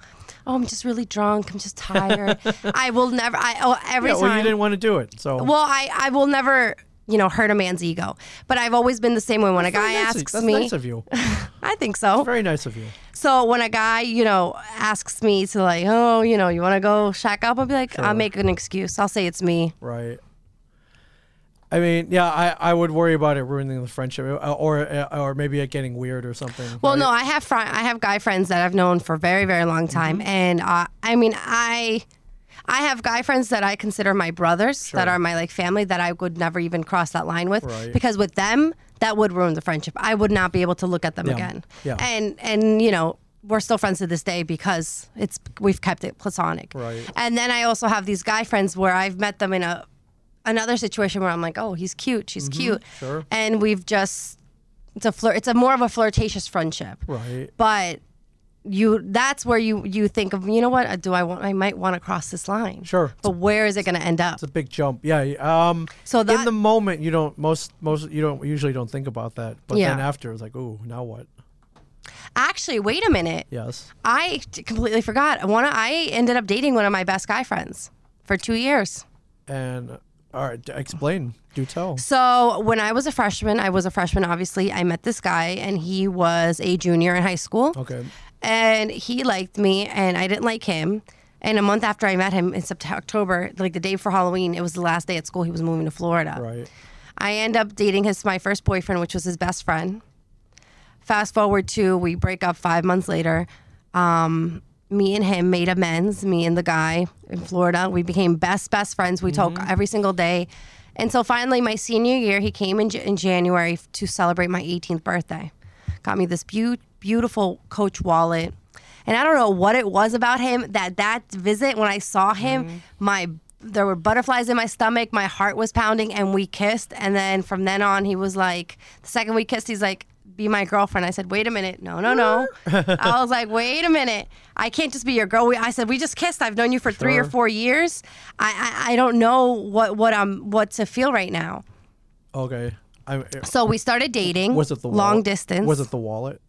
Speaker 5: I'm just really drunk. I'm just
Speaker 6: *laughs*
Speaker 5: tired. I will never. I oh, every
Speaker 6: Yeah,
Speaker 5: time.
Speaker 6: well, you didn't want to do it. So.
Speaker 5: Well, I I will never. You know, hurt a man's ego, but I've always been the same way. When a guy
Speaker 6: Very nice of-
Speaker 5: asks
Speaker 6: that's
Speaker 5: me,
Speaker 6: Nice of you.
Speaker 5: I think so.
Speaker 6: Very nice of you.
Speaker 5: So when a guy, you know, asks me to like, oh, you know, you want to go shack up, I'll be like, I'll make an excuse. I'll say it's me.
Speaker 6: Right. I mean, yeah, I, I would worry about it ruining the friendship, uh, or uh, or maybe it getting weird or something.
Speaker 5: Well,
Speaker 6: right?
Speaker 5: no, I have fri- I have guy friends that I've known for a very very long time,
Speaker 6: Mm-hmm.
Speaker 5: and uh, I mean I. I have guy friends that I consider my brothers that are my like family that I would never even cross that line with
Speaker 6: Right.
Speaker 5: because with them that would ruin the friendship. I would not be able to look at them again.
Speaker 6: Yeah.
Speaker 5: And and you know, we're still friends to this day because it's we've kept it platonic.
Speaker 6: Right.
Speaker 5: And then I also have these guy friends where I've met them in a another situation where I'm like, "Oh, he's cute, she's
Speaker 6: Mm-hmm.
Speaker 5: cute."
Speaker 6: sure.
Speaker 5: And we've just it's a flirt it's a more of a flirtatious friendship
Speaker 6: Right.
Speaker 5: but you that's where you you think of you know what uh, do i want i might want to cross this line
Speaker 6: Sure.
Speaker 5: but where is it going to end up
Speaker 6: It's a big jump. Yeah. Um.
Speaker 5: So
Speaker 6: in
Speaker 5: that-
Speaker 6: the moment, you don't most most you don't usually don't think about that, but then
Speaker 5: Yeah.
Speaker 6: after it's like, ooh, now what?
Speaker 5: actually wait a minute
Speaker 6: Yes.
Speaker 5: i t- completely forgot one of- i ended up dating one of my best guy friends for two years
Speaker 6: And uh, all right, d- explain. Do tell.
Speaker 5: so when i was a freshman i was a freshman obviously i met this guy and he was a junior in high school
Speaker 6: Okay.
Speaker 5: and he liked me and I didn't like him. And a month after I met him in September, October, like the day for Halloween, it was the last day at school. He was moving to Florida.
Speaker 6: Right.
Speaker 5: I end up dating his my first boyfriend, which was his best friend. Fast forward to we break up five months later. Um, me and him made amends, me and the guy in Florida. We became best, best friends. We talk every single day. And so finally, my senior year, he came in, J- in January f- to celebrate my 18th birthday. Got me this beau- beautiful Coach wallet. And I don't know what it was about him that that visit, when I saw him,
Speaker 6: Mm-hmm.
Speaker 5: my there were butterflies in my stomach, my heart was pounding, and we kissed. And then from then on, he was like, the second we kissed, he's like, be my girlfriend. I said, wait a minute. No,
Speaker 6: *laughs*
Speaker 5: no, no. I was like, wait a minute. I can't just be your girl. We, I said, we just kissed. I've known you for three or
Speaker 6: Sure.
Speaker 5: four years. I, I, I don't know what, what I'm, what to feel right now.
Speaker 6: Okay. I, it-
Speaker 5: So we started dating.
Speaker 6: was it the
Speaker 5: long
Speaker 6: wallet?
Speaker 5: distance?
Speaker 6: Was it the wallet?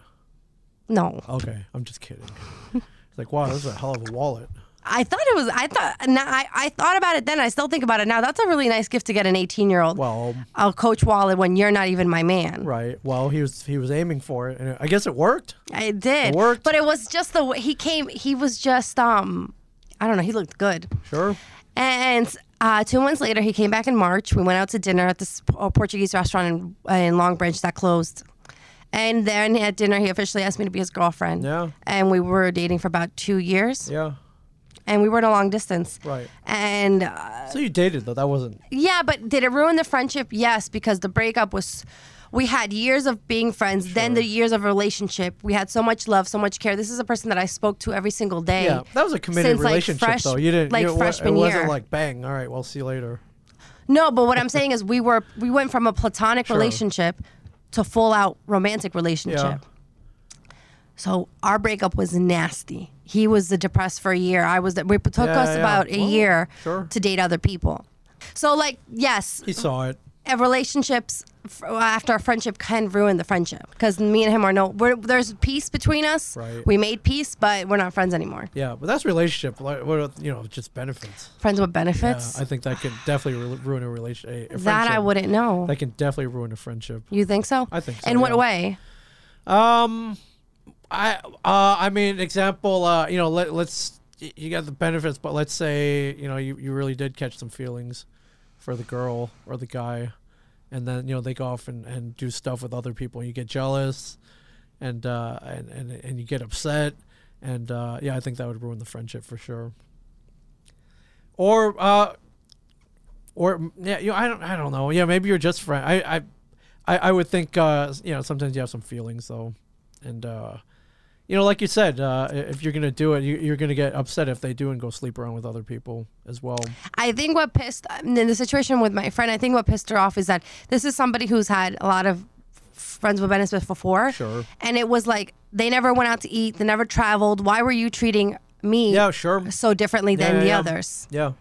Speaker 5: no?
Speaker 6: Okay, I'm just kidding.
Speaker 5: *laughs*
Speaker 6: It's like, wow, this is a hell of a wallet.
Speaker 5: I thought it was. I thought. Now, I, I thought about it then. I still think about it now. That's a really nice gift to get an 18 year old.
Speaker 6: Well-
Speaker 5: a coach wallet when you're not even my man.
Speaker 6: Right. Well, he was he was aiming for it, and I guess it worked.
Speaker 5: I did.
Speaker 6: It worked.
Speaker 5: But it was just the way he came. He was just um, I don't know. He looked good.
Speaker 6: Sure.
Speaker 5: And uh, two months later, he came back in March. We went out to dinner at this uh, Portuguese restaurant in, in Long Branch that closed. And then at dinner, he officially asked me to be his girlfriend.
Speaker 6: Yeah.
Speaker 5: And we were dating for about two years,
Speaker 6: Yeah.
Speaker 5: and we were in a long distance.
Speaker 6: Right.
Speaker 5: And uh,
Speaker 6: So you dated though. That wasn't.
Speaker 5: yeah, but did it ruin the friendship? Yes, because the breakup was. We had years of being friends, then the years of relationship. We had so much love, so much care. This is a person that I spoke to every single day.
Speaker 6: Yeah, that was a committed
Speaker 5: since, like,
Speaker 6: relationship
Speaker 5: fresh-
Speaker 6: though. You didn't.
Speaker 5: like
Speaker 6: you, it wa-
Speaker 5: freshman
Speaker 6: It wasn't
Speaker 5: year.
Speaker 6: like bang. All right. Well, see you later.
Speaker 5: No, but what I'm saying is we were we went from a platonic relationship to full out romantic relationship.
Speaker 6: Yeah.
Speaker 5: So our breakup was nasty. He was the depressed for a year. I was. It took
Speaker 6: Yeah,
Speaker 5: us
Speaker 6: yeah.
Speaker 5: about a
Speaker 6: Well,
Speaker 5: year
Speaker 6: sure.
Speaker 5: to date other people. So like yes,
Speaker 6: He saw it.
Speaker 5: a uh, relationships f- uh, after a friendship can ruin the friendship because me and him are no. We're, there's peace between us.
Speaker 6: Right.
Speaker 5: We made peace, but we're not friends anymore.
Speaker 6: Yeah, but that's relationship. Like, what are- you know, just benefits.
Speaker 5: Friends with
Speaker 6: Uh,
Speaker 5: benefits.
Speaker 6: I think that could definitely ru- ruin a relationship.
Speaker 5: that I wouldn't know.
Speaker 6: That can definitely ruin a friendship.
Speaker 5: you think so?
Speaker 6: I think so,
Speaker 5: In what
Speaker 6: yeah.
Speaker 5: way?
Speaker 6: I uh, I mean, example, uh, you know, let, let's y- you got the benefits, but let's say you know you, you really did catch some feelings for the girl or the guy, and then you know they go off and, and do stuff with other people. You get jealous, and uh, and, and and you get upset, and uh, yeah, I think that would ruin the friendship for sure. Or uh, or yeah, you know, I don't I don't know. Yeah, maybe you're just friend. I I I, I would think uh, you know sometimes you have some feelings though, and. Uh, you know, like you said, uh, i- if you're gonna do it, you, you're gonna get upset if they do and go sleep around with other people as well.
Speaker 5: I think what pissed in the situation with my friend, I think what pissed her off is that this is somebody who's had a lot of friends with benefits before.
Speaker 6: Sure.
Speaker 5: And it was like they never went out to eat, they never traveled. Why were you treating me
Speaker 6: Yeah, sure.
Speaker 5: so differently than
Speaker 6: Yeah, yeah,
Speaker 5: the
Speaker 6: yeah.
Speaker 5: others?
Speaker 6: Yeah.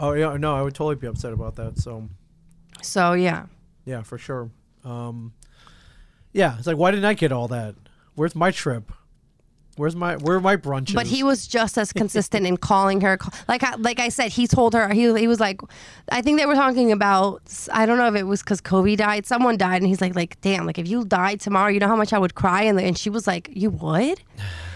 Speaker 6: Oh yeah, no, I would totally be upset about that. So
Speaker 5: So yeah.
Speaker 6: yeah, for sure. Um, yeah, it's like why didn't I get all that? Where's my trip? Where's my where are my brunches?
Speaker 5: But he was just
Speaker 6: *laughs*
Speaker 5: as consistent in calling her. Like I, like I said, he told her he, he was like, I think they were talking about. I don't know if it was because Kobe died. Someone died, and he's like, like damn, like if you died tomorrow, you know how much I would cry. And and she was like,
Speaker 6: *sighs*
Speaker 5: you would.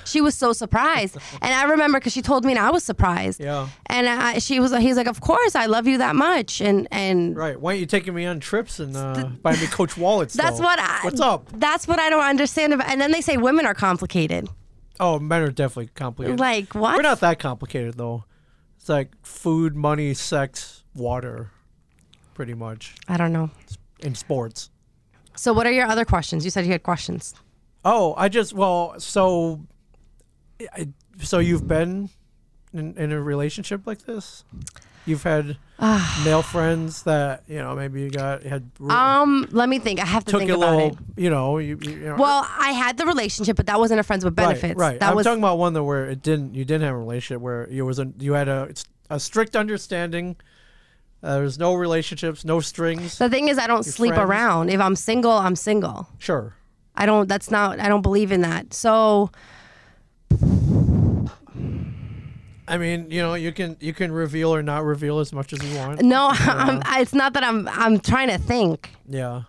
Speaker 5: She was so surprised, and I remember because she told me, and I was surprised.
Speaker 6: Yeah.
Speaker 5: And I, she was, he's like, of course, I love you that much, and and
Speaker 6: right. Why aren't you taking me on trips and uh, buying me Coach wallets?
Speaker 5: *laughs* that's
Speaker 6: though?
Speaker 5: what I.
Speaker 6: What's up?
Speaker 5: That's what I don't understand about. And then they say women are complicated.
Speaker 6: Oh, men are definitely complicated.
Speaker 5: Like what?
Speaker 6: We're not that complicated though. It's like food, money, sex, water, pretty much
Speaker 5: I don't know.
Speaker 6: in sports.
Speaker 5: So what are your other questions? You said you had questions.
Speaker 6: Oh, I just well, so, I, so you've been in, in a relationship like this? You've had
Speaker 5: Ah.
Speaker 6: male friends that you know maybe you got had re-
Speaker 5: Um, let me think. I have to
Speaker 6: took
Speaker 5: think
Speaker 6: a
Speaker 5: about
Speaker 6: little,
Speaker 5: it.
Speaker 6: you know, you, you you know,
Speaker 5: Well, I had the relationship, but that wasn't a friends with
Speaker 6: right,
Speaker 5: benefits.
Speaker 6: right.
Speaker 5: That
Speaker 6: I'm
Speaker 5: was
Speaker 6: talking about one that where it didn't you didn't have a relationship where you was a, you had a a strict understanding. Uh, there was no relationships, no strings.
Speaker 5: the thing is I don't sleep
Speaker 6: friends.
Speaker 5: around. If I'm single, I'm single.
Speaker 6: sure.
Speaker 5: I don't that's not I don't believe in that. So
Speaker 6: I mean, you know, you can you can reveal or not reveal as much as you want.
Speaker 5: no, *laughs* I'm, I- it's not that I'm I'm trying to think.
Speaker 6: Yeah.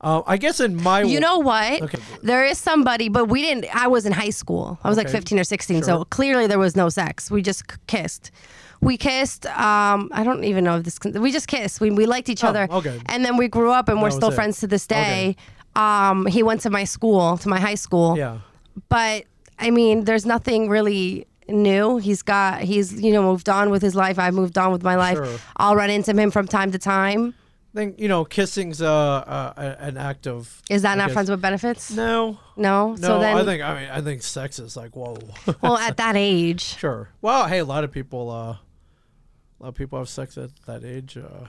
Speaker 6: Uh, I guess in my
Speaker 5: You know what?
Speaker 6: Okay.
Speaker 5: There is somebody, but we didn't. I was in high school. I was like
Speaker 6: Okay.
Speaker 5: 15 or 16,
Speaker 6: Sure.
Speaker 5: so clearly there was no sex. We just k- kissed. We kissed. Um, I don't even know if this. Can, we just kissed. We, we liked each other.
Speaker 6: Oh, okay.
Speaker 5: And then we grew up, and we're
Speaker 6: That was
Speaker 5: still
Speaker 6: it.
Speaker 5: friends to this day.
Speaker 6: Okay.
Speaker 5: Um, he went to my school, to my high school.
Speaker 6: yeah.
Speaker 5: But I mean, there's nothing really new. He's got he's you know moved on with his life. I've moved on with my life.
Speaker 6: Sure.
Speaker 5: I'll run into him from time to time.
Speaker 6: Then you know, kissing's uh, uh, a- an act of.
Speaker 5: Is that
Speaker 6: I
Speaker 5: not
Speaker 6: guess-
Speaker 5: friends with benefits?
Speaker 6: No,
Speaker 5: No.
Speaker 6: no.
Speaker 5: so then,
Speaker 6: I think I mean I think sex is like whoa.
Speaker 5: well, at that age,
Speaker 6: sure. Well, hey, a lot of people, uh, a lot of people have sex at that age. Uh,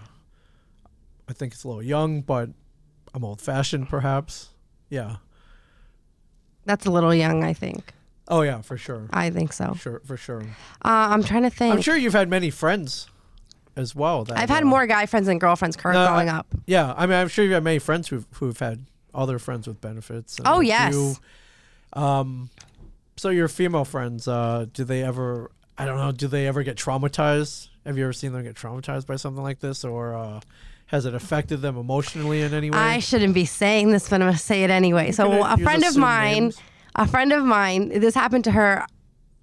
Speaker 6: I think it's a little young, but I'm old fashioned, perhaps. Yeah.
Speaker 5: that's a little young. I think.
Speaker 6: Oh yeah, for sure.
Speaker 5: I think so.
Speaker 6: Sure, for sure.
Speaker 5: Uh, I'm trying to think.
Speaker 6: I'm sure you've had many friends as well. That,
Speaker 5: I've had
Speaker 6: uh,
Speaker 5: more guy friends than girlfriends cur-
Speaker 6: No,
Speaker 5: growing
Speaker 6: I-
Speaker 5: up.
Speaker 6: Uh, Yeah, I mean, I'm sure you've had many friends who've who've had other friends with benefits. and
Speaker 5: Oh,
Speaker 6: do-
Speaker 5: yes.
Speaker 6: um, so your female friends, uh, do they ever? I don't know. Do they ever get traumatized? Have you ever seen them get traumatized by something like this, or uh, has it affected them emotionally in any way?
Speaker 5: I shouldn't be saying this, but I'm gonna say it anyway. So
Speaker 6: can, uh,
Speaker 5: a
Speaker 6: use
Speaker 5: friend of
Speaker 6: assumed
Speaker 5: mine,
Speaker 6: names.
Speaker 5: a friend of mine, this happened to her.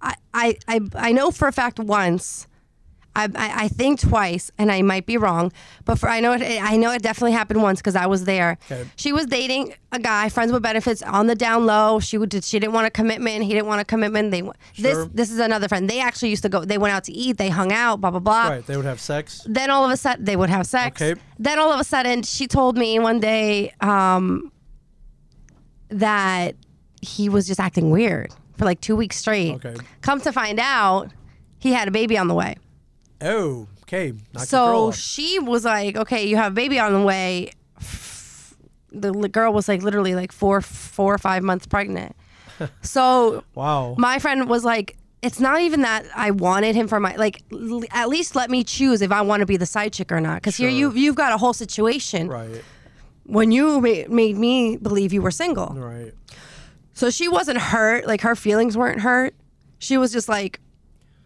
Speaker 5: I I I, I know for a fact once. I, I, I think twice, and I might be wrong, but for I know it I know it definitely happened once because I was there.
Speaker 6: Okay.
Speaker 5: She was dating a guy, friends with benefits, on the down low. She would she didn't want a commitment. He didn't want a commitment. They
Speaker 6: Sure.
Speaker 5: this this is another friend. They actually used to go. They went out to eat. They hung out. Blah blah blah
Speaker 6: right, they would have sex.
Speaker 5: then all of a sudden they would have sex.
Speaker 6: Okay.
Speaker 5: Then all of a sudden she told me one day um, that he was just acting weird for like two weeks straight.
Speaker 6: Okay.
Speaker 5: Come to find out, he had a baby on the way.
Speaker 6: Oh, okay. knock the girl
Speaker 5: so
Speaker 6: up.
Speaker 5: she was like, "Okay, you have a baby on the way." The li- girl was like literally like four, four or five
Speaker 6: *laughs*
Speaker 5: months pregnant. So
Speaker 6: wow.
Speaker 5: my friend was like it's not even that I wanted him for my like l- at least let me choose if I want to be the side chick or not cuz here you
Speaker 6: Sure.
Speaker 5: you've got a whole situation
Speaker 6: right,
Speaker 5: when you ma- made me believe you were single.
Speaker 6: right.
Speaker 5: So she wasn't hurt, like her feelings weren't hurt. She was just like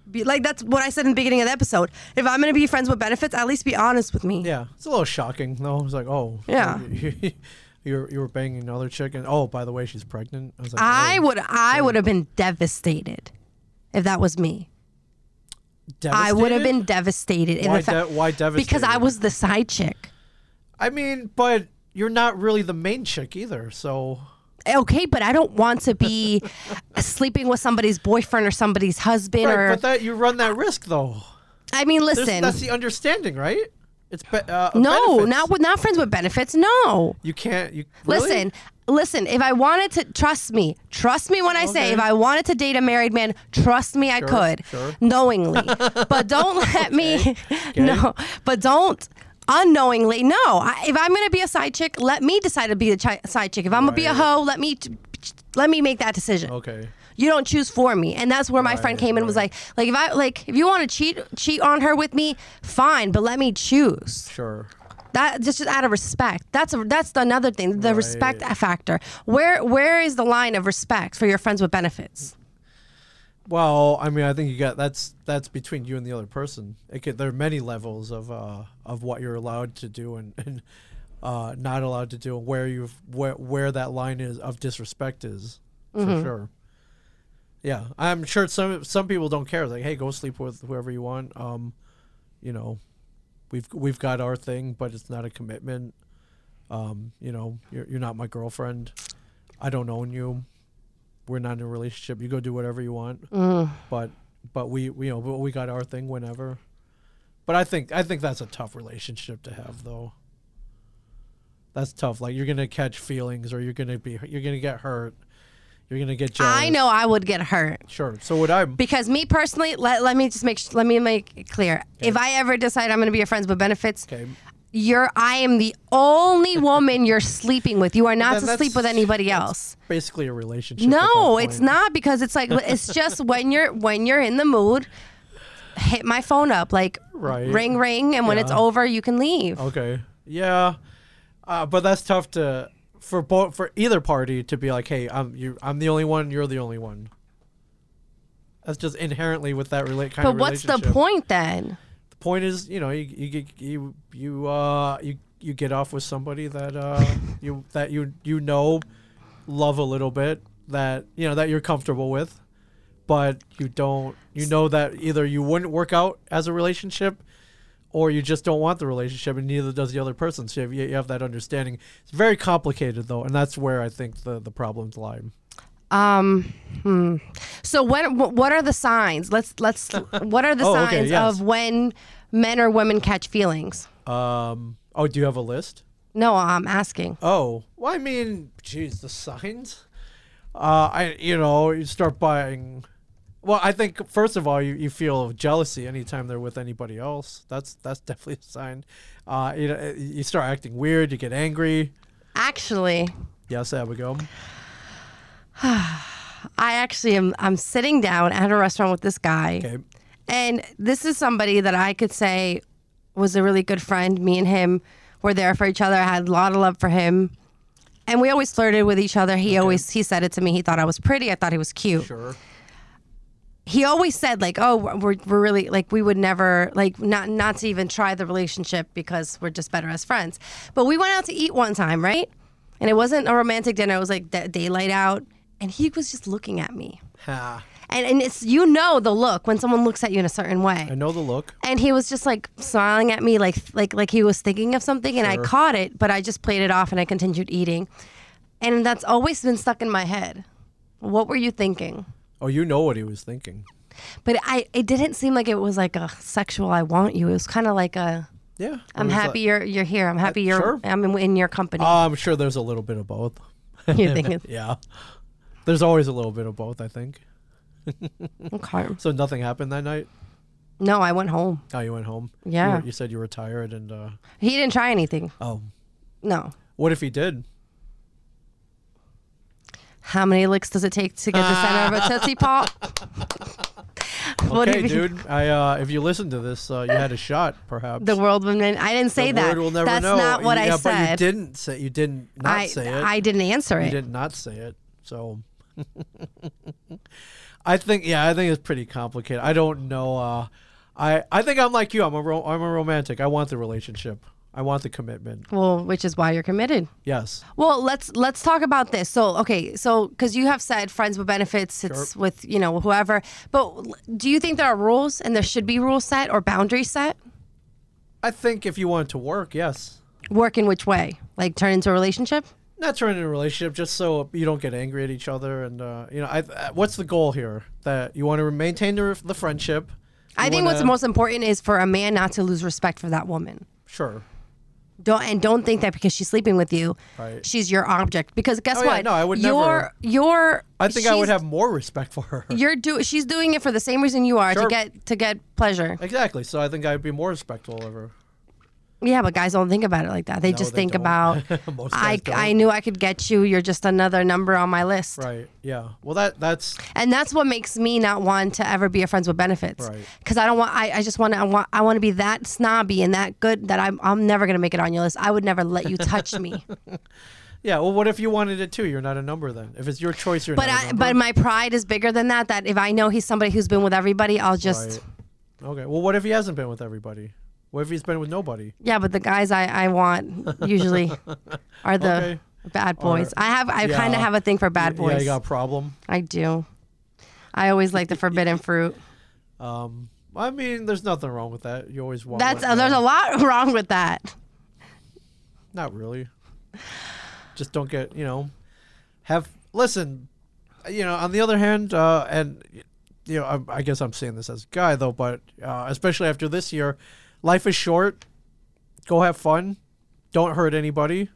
Speaker 5: be, like that's what I said in the beginning of the episode. If I'm going to be friends with benefits, at least be honest with me.
Speaker 6: Yeah, it's a little shocking though. It's like, oh,
Speaker 5: Yeah.
Speaker 6: *laughs* you, were you were banging another chick, and oh, by the way, she's pregnant. I was like,
Speaker 5: I
Speaker 6: oh,
Speaker 5: would I would have been devastated if that was me. I would have
Speaker 6: devastated?
Speaker 5: been devastated in
Speaker 6: Why
Speaker 5: the fact
Speaker 6: de- why
Speaker 5: because I
Speaker 6: devastated?
Speaker 5: was the side chick.
Speaker 6: I mean, but you're not really the main chick either. So
Speaker 5: okay, but I don't want to be sleeping with somebody's boyfriend or somebody's husband
Speaker 6: right,
Speaker 5: or
Speaker 6: but that you run that risk though.
Speaker 5: I mean,
Speaker 6: There's-
Speaker 5: listen.
Speaker 6: that's the understanding, right? It's be- uh,
Speaker 5: no,
Speaker 6: benefits.
Speaker 5: not with not friends with benefits. No.
Speaker 6: you can't. You really?
Speaker 5: Listen, listen, if I wanted to trust me, trust me when I say
Speaker 6: Okay.
Speaker 5: if I wanted to date a married man, trust me I could
Speaker 6: sure.
Speaker 5: knowingly.
Speaker 6: *laughs*
Speaker 5: but don't let me No, but don't unknowingly. No. I, if I'm going to be a side chick, let me decide to be a chi- side chick. If I'm going to be a
Speaker 6: Right.
Speaker 5: hoe, let me t- let me make that decision.
Speaker 6: Okay.
Speaker 5: you don't choose for me and that's where my friend
Speaker 6: Right,
Speaker 5: came in and was
Speaker 6: right.
Speaker 5: like like if i like if you want to cheat cheat on her with me fine but let me choose
Speaker 6: Sure.
Speaker 5: that just just out of respect that's a, that's another thing the respect factor where where is the line of respect for your friends with benefits
Speaker 6: Well, I mean, I think you got that's that's between you and the other person. It could, there are many levels of uh, of what you're allowed to do and, and uh, not allowed to do, and where you where where that line is of disrespect is
Speaker 5: Mm-hmm.
Speaker 6: for sure. Yeah, I'm sure some some people don't care. Like, hey, go sleep with whoever you want. Um, you know, we've we've got our thing, but it's not a commitment. Um, you know, you're you're not my girlfriend. I don't own you. We're not in a relationship. You go do whatever you want. But but we, we you know we got our thing whenever. But I think I think that's a tough relationship to have though. That's tough. Like you're gonna catch feelings, or you're gonna be you're gonna get hurt. You're gonna get jealous.
Speaker 5: i know i would get hurt
Speaker 6: Sure. So would I.
Speaker 5: because me personally let, let me just make sh- let me make it clear if i ever decide i'm going to be a friends with benefits
Speaker 6: Okay.
Speaker 5: You're. I am the only woman you're sleeping with. You are not
Speaker 6: Then
Speaker 5: to
Speaker 6: that's-
Speaker 5: sleep with anybody
Speaker 6: that's
Speaker 5: else.
Speaker 6: Basically a relationship. at that
Speaker 5: No, it's
Speaker 6: point.
Speaker 5: not because it's like
Speaker 6: *laughs*
Speaker 5: it's just when you're when you're in the mood, hit my phone up like
Speaker 6: Right.
Speaker 5: ring ring, and when it's
Speaker 6: Yeah. Oh,
Speaker 5: over, you can leave.
Speaker 6: Okay. Yeah. Uh, but that's tough to for both for either party to be like, hey, I'm you, I'm the only one. You're the only one. That's just inherently with that relate kind
Speaker 5: But
Speaker 6: of
Speaker 5: what's the
Speaker 6: relationship.
Speaker 5: point then?
Speaker 6: The point is, you know, you you get- you you uh you you get off with somebody that uh you that you you know love a little bit that you know that you're comfortable with, but you don't you know that either you wouldn't work out as a relationship or you just don't want the relationship and neither does the other person. So you have, you have that understanding. It's very complicated though, and that's where I think the the problems lie.
Speaker 5: Um, hmm. So when wh- what are the signs? Let's
Speaker 6: *laughs*
Speaker 5: let's what are the
Speaker 6: Oh, okay,
Speaker 5: signs
Speaker 6: yes.
Speaker 5: of when men or women catch feelings?
Speaker 6: Um. Oh, do you have a list?
Speaker 5: No, I'm asking.
Speaker 6: Oh, well, I mean, geez, the signs. Uh, I you know you start buying. Well, I think first of all you, you feel jealousy anytime they're with anybody else. That's that's *laughs* definitely a sign. Uh, you know, you start acting weird. You get angry.
Speaker 5: Actually,
Speaker 6: Yes, there we go.
Speaker 5: I actually am I'm sitting down at a restaurant with this guy.
Speaker 6: Okay.
Speaker 5: And this is somebody that I could say was a really good friend. Me and him were there for each other. I had a lot of love for him. And we always flirted with each other. He always he said it to me. He thought I was pretty. I thought he was cute.
Speaker 6: Sure.
Speaker 5: He always said like, "Oh, we're we're really like we would never like not not to even try the relationship because we're just better as friends." But we went out to eat one time, right? And it wasn't a romantic dinner. It was like da- daylight out, and he was just looking at me.
Speaker 6: Ha.
Speaker 5: And and it's you know the look when someone looks at you in a certain way
Speaker 6: I know the look.
Speaker 5: and he was just like smiling at me like like like he was thinking of something and i
Speaker 6: Sure.
Speaker 5: caught it but i just played it off and i continued eating and that's always been stuck in my head what were you thinking
Speaker 6: Oh, you know what he was thinking.
Speaker 5: but i it didn't seem like it was like a sexual i want you it was kind of like a
Speaker 6: Yeah.
Speaker 5: i'm
Speaker 6: It was Uh,
Speaker 5: happy you're you're here i'm happy you're
Speaker 6: sure.
Speaker 5: i'm in, in your company
Speaker 6: Like, uh, I'm sure there's a little bit of both.
Speaker 5: *laughs* you're thinking
Speaker 6: Yeah. There's always a little bit of both, I think.
Speaker 5: okay
Speaker 6: So nothing happened that night.
Speaker 5: no i went home
Speaker 6: Oh, you went home. You
Speaker 5: Yeah.
Speaker 6: were- You, said you were tired, and uh,
Speaker 5: he didn't try anything
Speaker 6: oh,
Speaker 5: no
Speaker 6: what if he did?
Speaker 5: how many licks does it take to get the center
Speaker 6: *laughs*
Speaker 5: of a tootsie pop What do
Speaker 6: Okay,
Speaker 5: you mean?
Speaker 6: dude. I uh, if you listen to this, uh, you had a shot, perhaps.
Speaker 5: The world will never. I didn't say
Speaker 6: The
Speaker 5: that.
Speaker 6: word will never
Speaker 5: That's
Speaker 6: know.
Speaker 5: not what
Speaker 6: yeah,
Speaker 5: I said.
Speaker 6: But you didn't say. You didn't not
Speaker 5: I
Speaker 6: say it.
Speaker 5: I didn't answer
Speaker 6: you
Speaker 5: it.
Speaker 6: did not say it. So. *laughs* I think yeah, I think it's pretty complicated. I don't know. Uh, I I think I'm like you. I'm a ro- I'm a romantic. I want the relationship. I want the commitment.
Speaker 5: Well, which is why you're committed.
Speaker 6: Yes.
Speaker 5: Well, let's let's talk about this. So, okay, so because you have said friends with benefits, it's with you know whoever. But l- do you think there are rules and there should be rules set or boundaries set?
Speaker 6: I think if you want it to work, yes.
Speaker 5: Work in which way? Like turn into a relationship?
Speaker 6: not turn into a relationship just so you don't get angry at each other and uh, you know I, I- what's the goal here that you want to maintain the, the friendship
Speaker 5: I
Speaker 6: You
Speaker 5: think what's
Speaker 6: wanna-
Speaker 5: most important is for a man not to lose respect for that woman.
Speaker 6: sure
Speaker 5: Don't and don't think that because she's sleeping with you,
Speaker 6: Right.
Speaker 5: she's your object. Because guess
Speaker 6: Oh, yeah,
Speaker 5: what?
Speaker 6: no, I would never-
Speaker 5: Your your
Speaker 6: i think i would
Speaker 5: she's-
Speaker 6: have more respect for her
Speaker 5: you're do she's doing it for the same reason you are to
Speaker 6: Sure.
Speaker 5: get to get pleasure.
Speaker 6: *laughs* exactly so i think i'd be more respectful of her
Speaker 5: Yeah, but guys don't think about it like that. They just
Speaker 6: they
Speaker 5: think
Speaker 6: don't.
Speaker 5: about
Speaker 6: *laughs* Most
Speaker 5: I
Speaker 6: guys don't.
Speaker 5: I knew I could get you. You're just another number on my list.
Speaker 6: right yeah well that that's
Speaker 5: And that's what makes me not want to ever be a friends with benefits.
Speaker 6: Right.
Speaker 5: Cuz I don't want I, I just want to I want I want to be that snobby and that good that I'm I'm never going to make it on your list. I would never let you touch
Speaker 6: *laughs*
Speaker 5: me.
Speaker 6: yeah well what if you wanted it too you're not a number then if it's your choice you're
Speaker 5: but
Speaker 6: not a
Speaker 5: I,
Speaker 6: number.
Speaker 5: but my pride is bigger than that that if I know he's somebody who's been with everybody, I'll just
Speaker 6: Right. okay well what if he hasn't been with everybody what if he's been with nobody
Speaker 5: Yeah, but the guys I, I want
Speaker 6: *laughs*
Speaker 5: usually are the
Speaker 6: Okay.
Speaker 5: bad boys. I have I
Speaker 6: yeah.
Speaker 5: kind of have a thing for bad
Speaker 6: yeah
Speaker 5: boys.
Speaker 6: you got a problem
Speaker 5: I do. I always like the
Speaker 6: *laughs*
Speaker 5: forbidden
Speaker 6: Oh
Speaker 5: fruit.
Speaker 6: i mean there's nothing wrong with that you always want
Speaker 5: That's
Speaker 6: what-
Speaker 5: uh, there's a lot *laughs* wrong with that.
Speaker 6: Not really. Just don't get, you know, have listen, you know. On the other hand, uh, and you know, I, I guess I'm saying this as a guy though, but uh, especially after this year, life is short. Go have fun. Don't hurt anybody.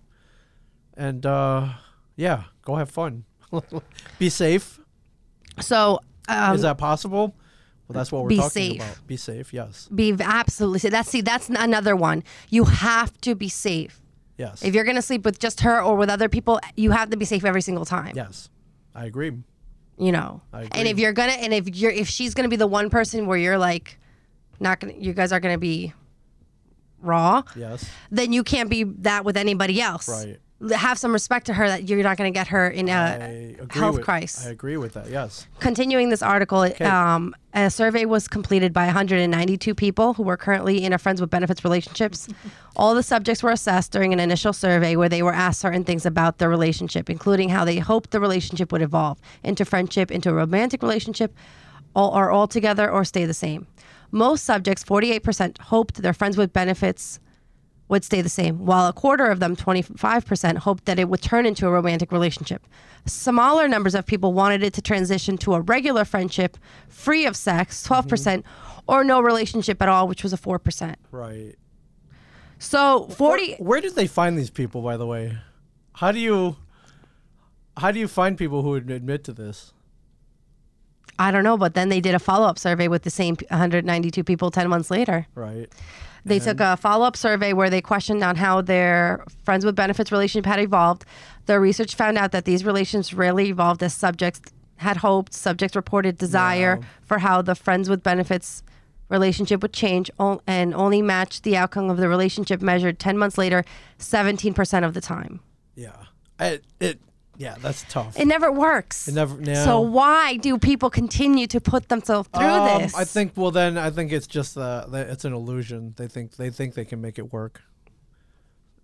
Speaker 6: And uh, yeah, go have fun. *laughs* Be safe.
Speaker 5: So um,
Speaker 6: is that possible? Well, that's what we're
Speaker 5: be
Speaker 6: talking
Speaker 5: safe.
Speaker 6: about. Be safe. Yes.
Speaker 5: be absolutely safe. That's see that's another one. You have to be safe.
Speaker 6: Yes.
Speaker 5: If you're gonna sleep with just her or with other people, you have to be safe every single time.
Speaker 6: yes. I agree.
Speaker 5: You know. And
Speaker 6: agree.
Speaker 5: if you're gonna and if you're if she's gonna be the one person where you're like, not gonna you guys are gonna be raw.
Speaker 6: Yes.
Speaker 5: then you can't be that with anybody else.
Speaker 6: Right.
Speaker 5: L- Have some respect to her that you're not going to get her in
Speaker 6: I
Speaker 5: a
Speaker 6: agree
Speaker 5: Uh, health
Speaker 6: with,
Speaker 5: crisis.
Speaker 6: I agree with that. Yes.
Speaker 5: Continuing this article, um, a survey was completed by 192 people who were currently in a friends with benefits relationships. All the subjects were assessed during an initial survey where they were asked certain things about their relationship, including how they hoped the relationship would evolve into friendship, into a romantic relationship, all, or all together or stay the same. Most subjects, 48%, hoped their friends with benefits would stay the same, while a quarter of them, 25%, hoped that it would turn into a romantic relationship. Smaller numbers of people wanted it to transition to a regular friendship, free of sex, 12%, percent or no relationship at all, which was a 4%.
Speaker 6: Right.
Speaker 5: So 40
Speaker 6: Where did they find these people, by the way? How do you how do you find people who would admit to this?
Speaker 5: I don't know, but then they did a follow up survey with the same 192 people 10 months later.
Speaker 6: Right.
Speaker 5: They took a follow up survey where they questioned on how their friends with benefits relationship had evolved. Their research found out that these relations rarely evolved as subjects had hoped. Subjects reported desire for how the friends with benefits relationship would change o- and only matched the outcome of the relationship measured 10 months later 17% of the time.
Speaker 6: Yeah. It, it yeah, that's tough.
Speaker 5: It never works. It
Speaker 6: never- no.
Speaker 5: So why do people continue to put themselves through
Speaker 6: Um,
Speaker 5: this?
Speaker 6: I think well then I think it's just uh, that it's an illusion. They think they think they can make it work.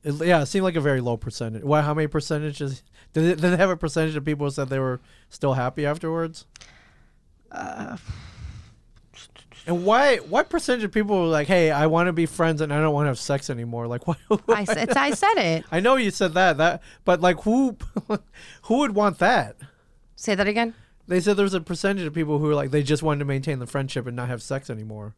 Speaker 6: It, yeah, it seemed like a very low percentage. Why? How many percentages? Did it, did they have a percentage of people who said they were still happy afterwards?
Speaker 5: Uh,
Speaker 6: and why? What percentage of people were like, "Hey, I want to be friends and I don't want to have sex anymore"? Like, *laughs* what?
Speaker 5: I said, I said it.
Speaker 6: I know you said that, that, but like, who, *laughs* who would want that?
Speaker 5: Say that again.
Speaker 6: They said there was a percentage of people who were like they just wanted to maintain the friendship and not have sex anymore.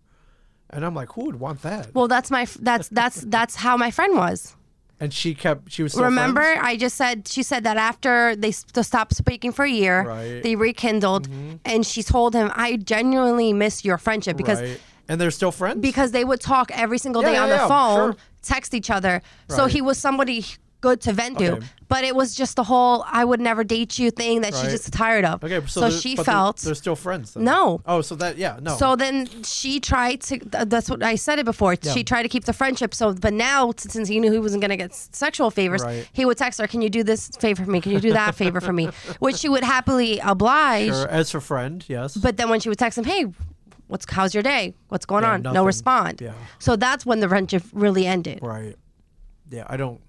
Speaker 6: And I'm like, who would want that?
Speaker 5: Well, that's my f- that's that's that's how my friend was.
Speaker 6: and she kept she was still
Speaker 5: Remember,
Speaker 6: friends?
Speaker 5: I just said she said that after they s- to stopped speaking for a year,
Speaker 6: Right. Mm-hmm.
Speaker 5: they rekindled, and she told him, "I genuinely miss your friendship because
Speaker 6: right. and they're still friends
Speaker 5: because they would talk every single
Speaker 6: Yeah,
Speaker 5: day
Speaker 6: yeah,
Speaker 5: on
Speaker 6: yeah,
Speaker 5: the phone,
Speaker 6: sure.
Speaker 5: text each other. So
Speaker 6: Right.
Speaker 5: he was somebody good to vent to,
Speaker 6: Okay.
Speaker 5: but it was just the whole "I would never date you" thing that
Speaker 6: Right.
Speaker 5: she's just tired of.
Speaker 6: okay, so,
Speaker 5: so
Speaker 6: they're-
Speaker 5: she
Speaker 6: but they're-
Speaker 5: felt
Speaker 6: they're, still friends. Then.
Speaker 5: No.
Speaker 6: Oh, so that yeah no.
Speaker 5: So then she tried to. th- That's what I said it before. She tried to keep the friendship. So, but now t- since he knew he wasn't going to get s- sexual favors,
Speaker 6: Right.
Speaker 5: he would text her, "Can you do this favor for me? Can you do that favor for
Speaker 6: *laughs*
Speaker 5: me?" Which she would happily oblige.
Speaker 6: Or as her friend, yes.
Speaker 5: But then when she would text him, "Hey, what's how's your day? What's going on?"
Speaker 6: nothing.
Speaker 5: No respond.
Speaker 6: Yeah.
Speaker 5: So that's when the friendship really ended.
Speaker 6: right. Yeah, I don't.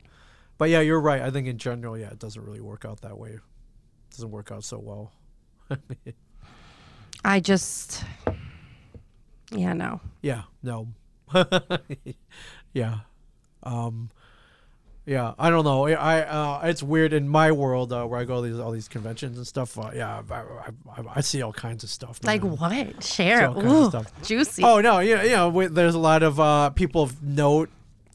Speaker 6: But yeah, you're right. I think in general, yeah, it doesn't really work out that way. It doesn't work out so well.
Speaker 5: I just, yeah, no.
Speaker 6: Yeah, no. *laughs* yeah. Um yeah, I don't know. I, I uh, it's weird in my world uh, where I go to these all these conventions and stuff. Uh, yeah, I, I, I, I see all kinds of stuff.
Speaker 5: Like
Speaker 6: man.
Speaker 5: what? Share.
Speaker 6: all kinds of
Speaker 5: Ooh,
Speaker 6: stuff.
Speaker 5: juicy.
Speaker 6: Oh no, yeah, yeah. We, there's a lot of uh, people of note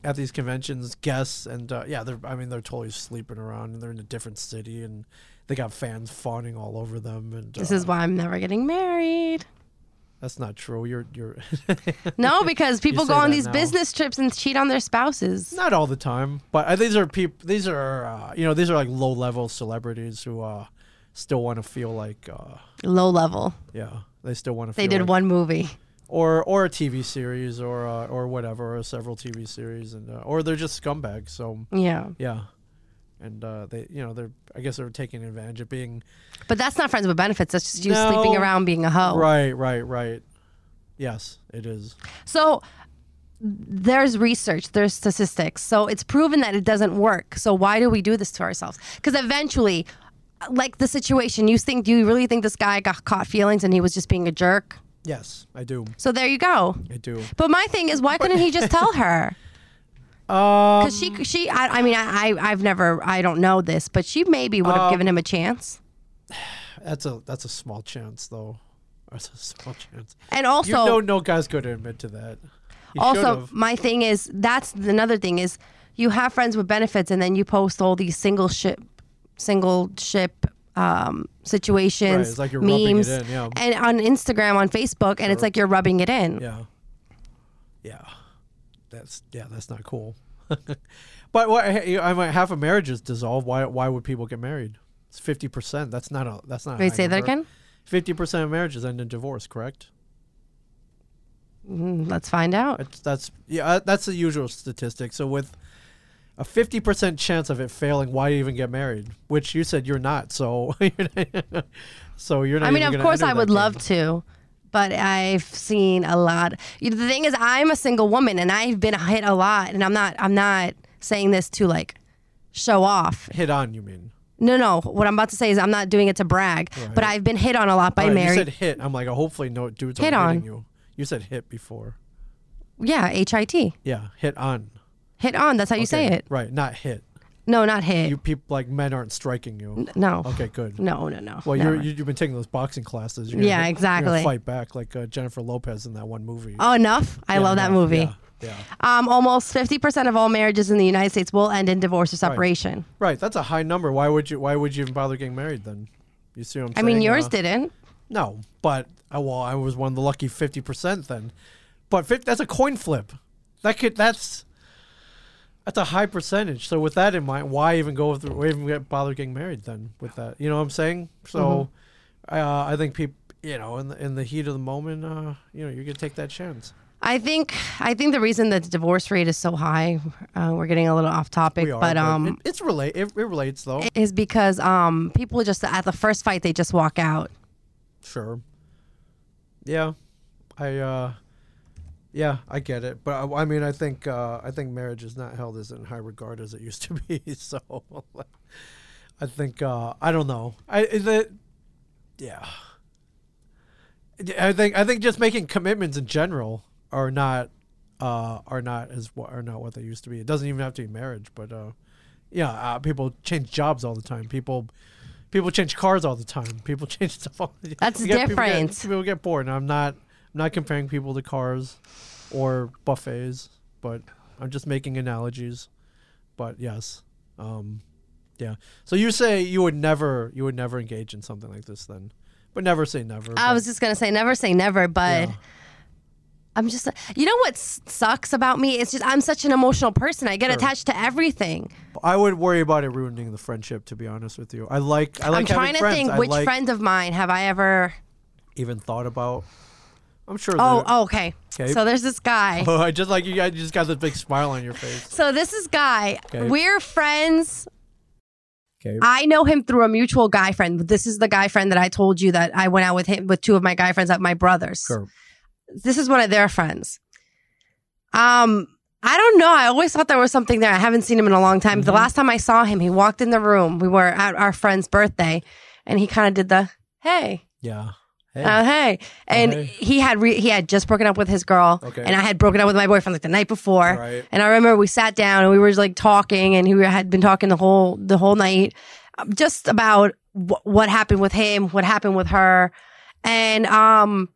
Speaker 6: at these conventions, guests, and uh, yeah, they're. I mean, they're totally sleeping around, and they're in a different city, and they got fans fawning all over them. And
Speaker 5: This
Speaker 6: uh,
Speaker 5: is why I'm never getting married.
Speaker 6: that's not true. You're you're *laughs*
Speaker 5: No, because people go
Speaker 6: say
Speaker 5: on
Speaker 6: that
Speaker 5: these
Speaker 6: now.
Speaker 5: business trips and cheat on their spouses.
Speaker 6: not all the time, but uh, these are people. These are uh, you know these are like low level celebrities who uh, still want to feel like uh,
Speaker 5: Low level.
Speaker 6: yeah they still want to.
Speaker 5: They
Speaker 6: feel
Speaker 5: did
Speaker 6: like-
Speaker 5: one movie.
Speaker 6: or or a TV series or uh, or whatever or several TV series and uh, or they're just scumbags. So
Speaker 5: Yeah.
Speaker 6: yeah, and uh, they you know they're I guess they're taking advantage of being
Speaker 5: But that's not friends with benefits. That's just you
Speaker 6: No.
Speaker 5: sleeping around being a hoe.
Speaker 6: right right right. Yes, it is.
Speaker 5: So there's research, there's statistics. So it's proven that it doesn't work. So why do we do this to ourselves? Because eventually, like the situation, you think, do you really think this guy got caught feelings and he was just being a jerk?
Speaker 6: Yes, I do.
Speaker 5: So there you go.
Speaker 6: I do.
Speaker 5: But my thing is, why couldn't he
Speaker 6: *laughs*
Speaker 5: just tell her?
Speaker 6: Um,
Speaker 5: Because she, she, I, I mean, I, I, I've never, I don't know this, but she maybe would have
Speaker 6: Um,
Speaker 5: given him a chance.
Speaker 6: That's a that's a small chance though. That's a small chance.
Speaker 5: And also,
Speaker 6: you know, no guy's going to admit to that. He
Speaker 5: also,
Speaker 6: should've.
Speaker 5: my thing is that's another thing is you have friends with benefits, and then you post all these single ship, single ship um, situations,
Speaker 6: Right, it's like you're rubbing it
Speaker 5: memes,
Speaker 6: in, yeah.
Speaker 5: and on Instagram, on Facebook, and it's like you're rubbing it in.
Speaker 6: Yeah. Yeah. That's yeah, that's not cool. *laughs* but what I mean half of marriages dissolve. Why why would people get married? It's fifty percent. That's not a that's not a
Speaker 5: Wait,
Speaker 6: high
Speaker 5: say that
Speaker 6: number.
Speaker 5: again?
Speaker 6: Fifty percent of marriages end in divorce, correct?
Speaker 5: Let's find out.
Speaker 6: That's that's yeah, uh, that's the usual statistic. So with a fifty percent chance of it failing, why even get married? Which you said you're not, so *laughs* you're not, so you're not.
Speaker 5: I mean,
Speaker 6: even
Speaker 5: of
Speaker 6: gonna
Speaker 5: course,
Speaker 6: enter
Speaker 5: I
Speaker 6: that
Speaker 5: would
Speaker 6: game.
Speaker 5: love to. But I've seen a lot. You know, The thing is, I'm a single woman, and I've been hit a lot. And I'm not. I'm not saying this to like show off.
Speaker 6: hit on. You mean?
Speaker 5: No, no. What I'm about to say is I'm not doing it to brag, but I've been hit on a lot by
Speaker 6: Alright, You
Speaker 5: married.
Speaker 6: said hit. I'm like, oh, hopefully no dudes
Speaker 5: Hit
Speaker 6: aren't
Speaker 5: on.
Speaker 6: hitting you. You said hit before.
Speaker 5: yeah, HIT.
Speaker 6: Yeah, hit on.
Speaker 5: Hit on. That's how you say it.
Speaker 6: Right, not hit.
Speaker 5: No, not hit.
Speaker 6: You people like men aren't striking you.
Speaker 5: no.
Speaker 6: Okay, good.
Speaker 5: No, no, no.
Speaker 6: Well, you're,
Speaker 5: never.
Speaker 6: you- you've been taking those boxing classes. You're gonna-
Speaker 5: Yeah,
Speaker 6: you're gonna
Speaker 5: exactly.
Speaker 6: fight back like uh, Jennifer Lopez in that one movie.
Speaker 5: Oh, enough. I love that
Speaker 6: no,
Speaker 5: movie.
Speaker 6: yeah, yeah.
Speaker 5: Um, almost 50% of all marriages in the United States will end in divorce or separation.
Speaker 6: Right, that's a high number. Why would you? Why would you even bother getting married then? You see what I'm
Speaker 5: I
Speaker 6: saying?
Speaker 5: mean, yours
Speaker 6: Uh,
Speaker 5: didn't.
Speaker 6: No, but I, well, I was one of the lucky fifty percent then. But fif- that's a coin flip. That could that's that's a high percentage. So with that in mind, why even go through? Why even get, bother getting married then? With that, you know what I'm saying? So
Speaker 5: Mm-hmm.
Speaker 6: uh, I think people, you know, in the in the heat of the moment, uh, you know, you're gonna take that chance.
Speaker 5: I think I think the reason that the divorce rate is so high, uh, we're getting a little off topic,
Speaker 6: We are,
Speaker 5: but um,
Speaker 6: it, it's relate. It, it relates though.
Speaker 5: is because um people just at the first fight they just walk out.
Speaker 6: Sure. Yeah, I. uh Yeah, I get it, but I, I mean, I think uh I think marriage is not held as in high regard as it used to be. *laughs* So, I think uh I don't know. I the, yeah. I think I think just making commitments in general are not uh are not as what are not what they used to be. It doesn't even have to be marriage, but uh yeah, uh, people change jobs all the time. People people change cars all the time. People *laughs* change stuff all the time.
Speaker 5: That's
Speaker 6: You get- People
Speaker 5: different.
Speaker 6: get, people get bored. And I'm not I'm not comparing people to cars or buffets, but I'm just making analogies. But yes. Um yeah. So you say you would never you would never engage in something like this then. But never say never.
Speaker 5: I
Speaker 6: but-
Speaker 5: was just gonna say never say never, but I'm just you know what s- sucks about me? It's just I'm such an emotional person. I get attached to everything.
Speaker 6: I would worry about it ruining the friendship. To be honest with you, I like. I like
Speaker 5: I'm trying
Speaker 6: having
Speaker 5: to
Speaker 6: friends.
Speaker 5: think
Speaker 6: I
Speaker 5: which
Speaker 6: like
Speaker 5: friend of mine have I ever?
Speaker 6: even thought about. I'm sure.
Speaker 5: Oh,
Speaker 6: that-
Speaker 5: oh okay.
Speaker 6: Okay.
Speaker 5: So there's this guy.
Speaker 6: *laughs* I just like you. guys just got this big smile on your face.
Speaker 5: So this is guy.
Speaker 6: Okay.
Speaker 5: We're friends.
Speaker 6: Okay.
Speaker 5: I know him through a mutual guy friend. This is the guy friend that I told you that I went out with him with two of my guy friends at my brother's.
Speaker 6: Sure.
Speaker 5: This is one of their friends. Um, I don't know. I always thought there was something there. I haven't seen him in a long time.
Speaker 6: Mm-hmm.
Speaker 5: The last time I saw him, he walked in the room. We were at our friend's birthday, and he kind of did the hey.
Speaker 6: Yeah. Hey. Oh,
Speaker 5: Uh, hey, and
Speaker 6: hey.
Speaker 5: he had re- he had just broken up with his girl,
Speaker 6: Okay.
Speaker 5: and I had broken up with my boyfriend like the night before.
Speaker 6: Right.
Speaker 5: And I remember we sat down and we were just, like talking, and he had been talking the whole the whole night, um, just about wh- what happened with him, what happened with her, and um,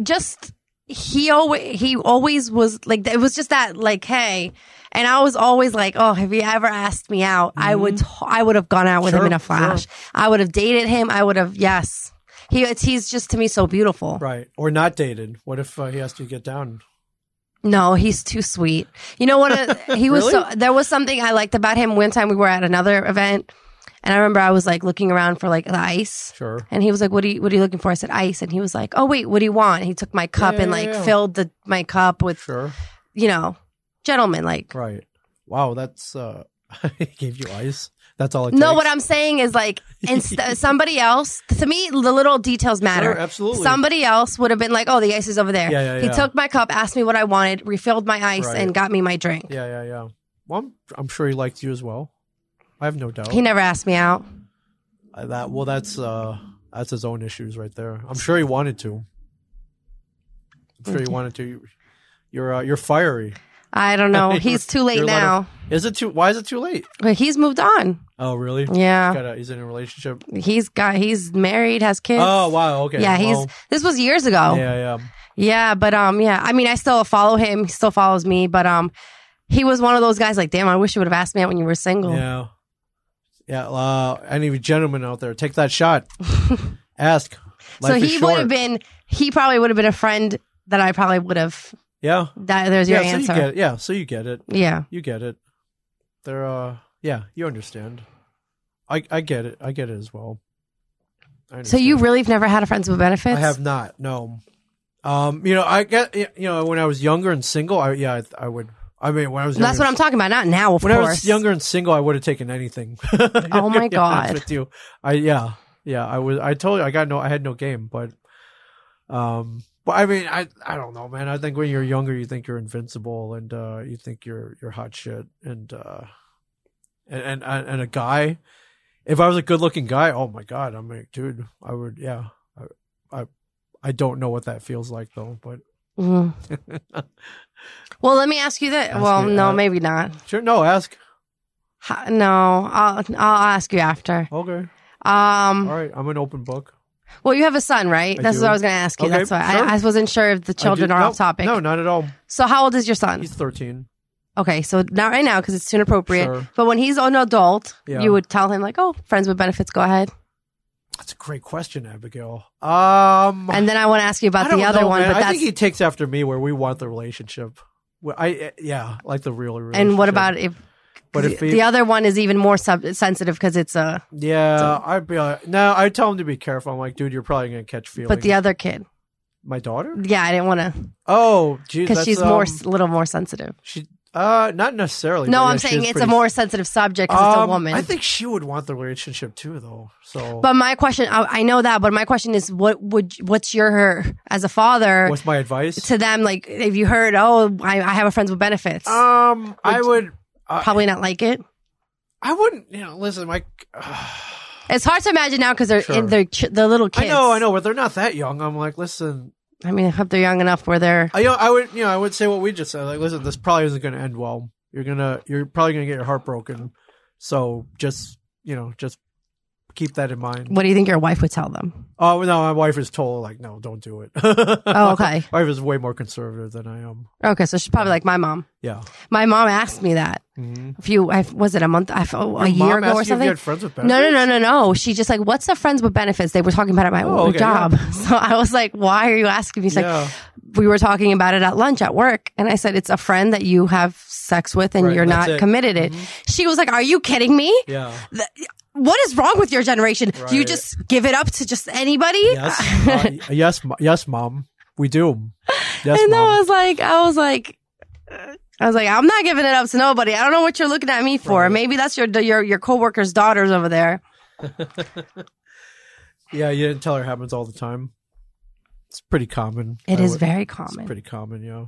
Speaker 5: just he always he always was like it was just that like hey, and I was always like oh have you ever asked me out I would t- I would have gone out with
Speaker 6: Sure,
Speaker 5: him in a
Speaker 6: Mm-hmm. sure.
Speaker 5: flash I would have dated him I would have yes he it's, he's just to me so beautiful
Speaker 6: Right. Or not dated. What if uh, he has to get down?
Speaker 5: No, he's too sweet. You know what?
Speaker 6: *laughs*
Speaker 5: uh, He was so. There was something I liked about him. One time we were at another event, and I remember I was like looking around for like the ice.
Speaker 6: Sure.
Speaker 5: And he was like, "What are you? What are you looking for?" I said, "Ice." And he was like, "Oh wait, what do you want?" He took my cup
Speaker 6: Yeah,
Speaker 5: and
Speaker 6: yeah,
Speaker 5: like
Speaker 6: yeah.
Speaker 5: filled the my cup with
Speaker 6: Sure.
Speaker 5: you know, gentlemen like.
Speaker 6: Right. Wow. That's. uh *laughs* He gave you ice. That's all. It
Speaker 5: No,
Speaker 6: takes.
Speaker 5: what I'm saying is
Speaker 6: *laughs*
Speaker 5: like, and st- somebody else to me, the little details matter.
Speaker 6: Sure, absolutely.
Speaker 5: Somebody else would have been like, "Oh, the ice is over there."
Speaker 6: Yeah, yeah,
Speaker 5: He
Speaker 6: yeah.
Speaker 5: took my cup, asked me what I wanted, refilled my ice,
Speaker 6: Right.
Speaker 5: and got me my drink.
Speaker 6: Yeah. Yeah. Yeah. Well, I'm, I'm sure he liked you as well. I have no doubt.
Speaker 5: He never asked me out.
Speaker 6: Uh, that well, that's uh that's his own issues right there. I'm sure he wanted to. I'm sure he wanted to. You're uh, you're fiery.
Speaker 5: I don't know. He's too
Speaker 6: *laughs*
Speaker 5: late
Speaker 6: You're a lot
Speaker 5: now.
Speaker 6: of- is it too? Why is it too late?
Speaker 5: but he's moved on.
Speaker 6: Oh, really?
Speaker 5: Yeah.
Speaker 6: Got a, he's in a relationship.
Speaker 5: He's got he's married, has kids.
Speaker 6: Oh wow. Okay.
Speaker 5: yeah, he's
Speaker 6: Well,
Speaker 5: this was years ago. Yeah.
Speaker 6: yeah, yeah.
Speaker 5: but um yeah, I mean I still follow him, he still follows me, but um he was one of those guys like, damn, I wish you would have asked me out when you were single.
Speaker 6: Yeah. Yeah. Uh, any of you gentlemen out there, take that
Speaker 5: *laughs*
Speaker 6: shot. Ask.
Speaker 5: so
Speaker 6: Life is
Speaker 5: he would have
Speaker 6: short.
Speaker 5: been he probably would have been a friend that I probably would have
Speaker 6: Yeah.
Speaker 5: that there's
Speaker 6: Yeah.
Speaker 5: your
Speaker 6: So you
Speaker 5: answer.
Speaker 6: get it. Yeah. So you get it.
Speaker 5: yeah.
Speaker 6: You get it. They're uh. Yeah. You understand. I I get it. I get it as well. I
Speaker 5: So
Speaker 6: understand.
Speaker 5: you really have never had a friends with benefits?
Speaker 6: I have not. No. Um. You know. I get. You know. When I was younger and single. I yeah. I, I would. I mean, when I was younger
Speaker 5: That's what
Speaker 6: and
Speaker 5: I'm talking about. Not now, of
Speaker 6: when
Speaker 5: course.
Speaker 6: I was younger and single, I would have taken anything. *laughs*
Speaker 5: Oh my
Speaker 6: To be honest
Speaker 5: God.
Speaker 6: With you, I yeah, yeah. I was. I told you, I got no. I had no game, but um. But I mean, I I don't know, man. I think when you're younger, you think you're invincible, and uh, you think you're you're hot shit, and uh, and and and a guy. If I was a good looking guy, oh my god, I'm like, dude, I would, yeah. I, I I don't know what that feels like though, but
Speaker 5: Mm. *laughs* Well, let me ask you that. well,
Speaker 6: me uh,
Speaker 5: no,
Speaker 6: that.
Speaker 5: maybe not.
Speaker 6: Sure. No, ask.
Speaker 5: Ha- No, I'll I'll ask you after.
Speaker 6: Okay.
Speaker 5: Um.
Speaker 6: All right. I'm an open book.
Speaker 5: Well, you have a son, right?
Speaker 6: I
Speaker 5: That's
Speaker 6: do.
Speaker 5: what I was going to ask you.
Speaker 6: Okay,
Speaker 5: That's why
Speaker 6: sure.
Speaker 5: I, I wasn't sure if the
Speaker 6: I
Speaker 5: children
Speaker 6: do-
Speaker 5: are
Speaker 6: no,
Speaker 5: off topic.
Speaker 6: No, not at all.
Speaker 5: So how old is your son?
Speaker 6: He's 13.
Speaker 5: Okay, so not right now because it's soon appropriate.
Speaker 6: Sure.
Speaker 5: But when he's an adult,
Speaker 6: Yeah.
Speaker 5: you would tell him like, "Oh, friends with benefits, go ahead."
Speaker 6: That's a great question, Abigail. Um,
Speaker 5: And then I want to ask
Speaker 6: I
Speaker 5: you about
Speaker 6: don't
Speaker 5: the other
Speaker 6: know,
Speaker 5: one,
Speaker 6: man.
Speaker 5: but
Speaker 6: I
Speaker 5: that's
Speaker 6: think he takes after me where we want the relationship. Where I eh, yeah, like the real relationship.
Speaker 5: and what about if?
Speaker 6: But if
Speaker 5: the,
Speaker 6: he-
Speaker 5: the other one is even more sub- sensitive because it's a
Speaker 6: Yeah, I'd be like, no, I tell him to be careful. I'm like, dude, you're probably gonna catch feelings.
Speaker 5: but the other kid.
Speaker 6: my daughter?
Speaker 5: Yeah, I didn't want to
Speaker 6: Oh, geez,
Speaker 5: because
Speaker 6: that's,
Speaker 5: she's
Speaker 6: um,
Speaker 5: more s- little more sensitive.
Speaker 6: She uh, not necessarily.
Speaker 5: No,
Speaker 6: but yeah,
Speaker 5: I'm
Speaker 6: she
Speaker 5: saying
Speaker 6: is
Speaker 5: it's a
Speaker 6: pretty-
Speaker 5: more sensitive subject because it's a
Speaker 6: Um,
Speaker 5: woman.
Speaker 6: I think she would want the relationship too, though. So
Speaker 5: but my question, I, I know that, but my question is, what would what's your as a father
Speaker 6: what's my advice?
Speaker 5: to them? Like, if you heard, oh, I, I have a friends with benefits,
Speaker 6: um, I would. Uh,
Speaker 5: probably not like it.
Speaker 6: I wouldn't. You know, listen, my.
Speaker 5: It's hard to imagine now because they're
Speaker 6: Sure.
Speaker 5: they're ch- they're little kids.
Speaker 6: I know, I know, but they're not that young. I'm like, listen,
Speaker 5: I mean, I hope they're young enough where they're.
Speaker 6: I, you know, I would, you know, I would say what we just said. Like, listen, this probably isn't going to end well. You're gonna, you're probably gonna get your heart broken. So just, you know, just keep that in mind.
Speaker 5: What do you think your wife would tell them?
Speaker 6: Oh no, my wife is told like, no, don't do it. *laughs*
Speaker 5: Oh, okay,
Speaker 6: my wife is way more conservative than I am.
Speaker 5: okay. So she's probably like my mom.
Speaker 6: Yeah.
Speaker 5: My mom asked me that a few. I, was it a month? I, oh, a year
Speaker 6: Mm-hmm. Mom asked
Speaker 5: ago
Speaker 6: you
Speaker 5: or
Speaker 6: if you
Speaker 5: something.
Speaker 6: had friends with
Speaker 5: No, no, no, no, no. She just like, what's the friends with benefits? They were talking about it at my
Speaker 6: Oh, okay,
Speaker 5: job. *laughs* So I was like, why are you asking me? She's
Speaker 6: Yeah.
Speaker 5: like, we were talking about it at lunch at work. And I said, it's a friend that you have sex with and
Speaker 6: Right,
Speaker 5: you're
Speaker 6: that's
Speaker 5: not
Speaker 6: it. Mm-hmm.
Speaker 5: committed it. She was like, are you kidding me?
Speaker 6: Yeah.
Speaker 5: Th- What is wrong with your generation? Do you
Speaker 6: Right.
Speaker 5: just give it up to just anybody?
Speaker 6: Yes.
Speaker 5: *laughs*
Speaker 6: Uh, yes. mo- Yes, mom. We do. Yes,
Speaker 5: and then I
Speaker 6: mom.
Speaker 5: was like, I was like, uh, I was like, I'm not giving it up to nobody. I don't know what you're looking at me for.
Speaker 6: Right.
Speaker 5: Maybe that's your your your coworkers' daughters over there.
Speaker 6: yeah, you didn't tell her it happens all the time. It's pretty common.
Speaker 5: It
Speaker 6: I
Speaker 5: is
Speaker 6: would-
Speaker 5: very
Speaker 6: It's
Speaker 5: common.
Speaker 6: pretty common, yeah.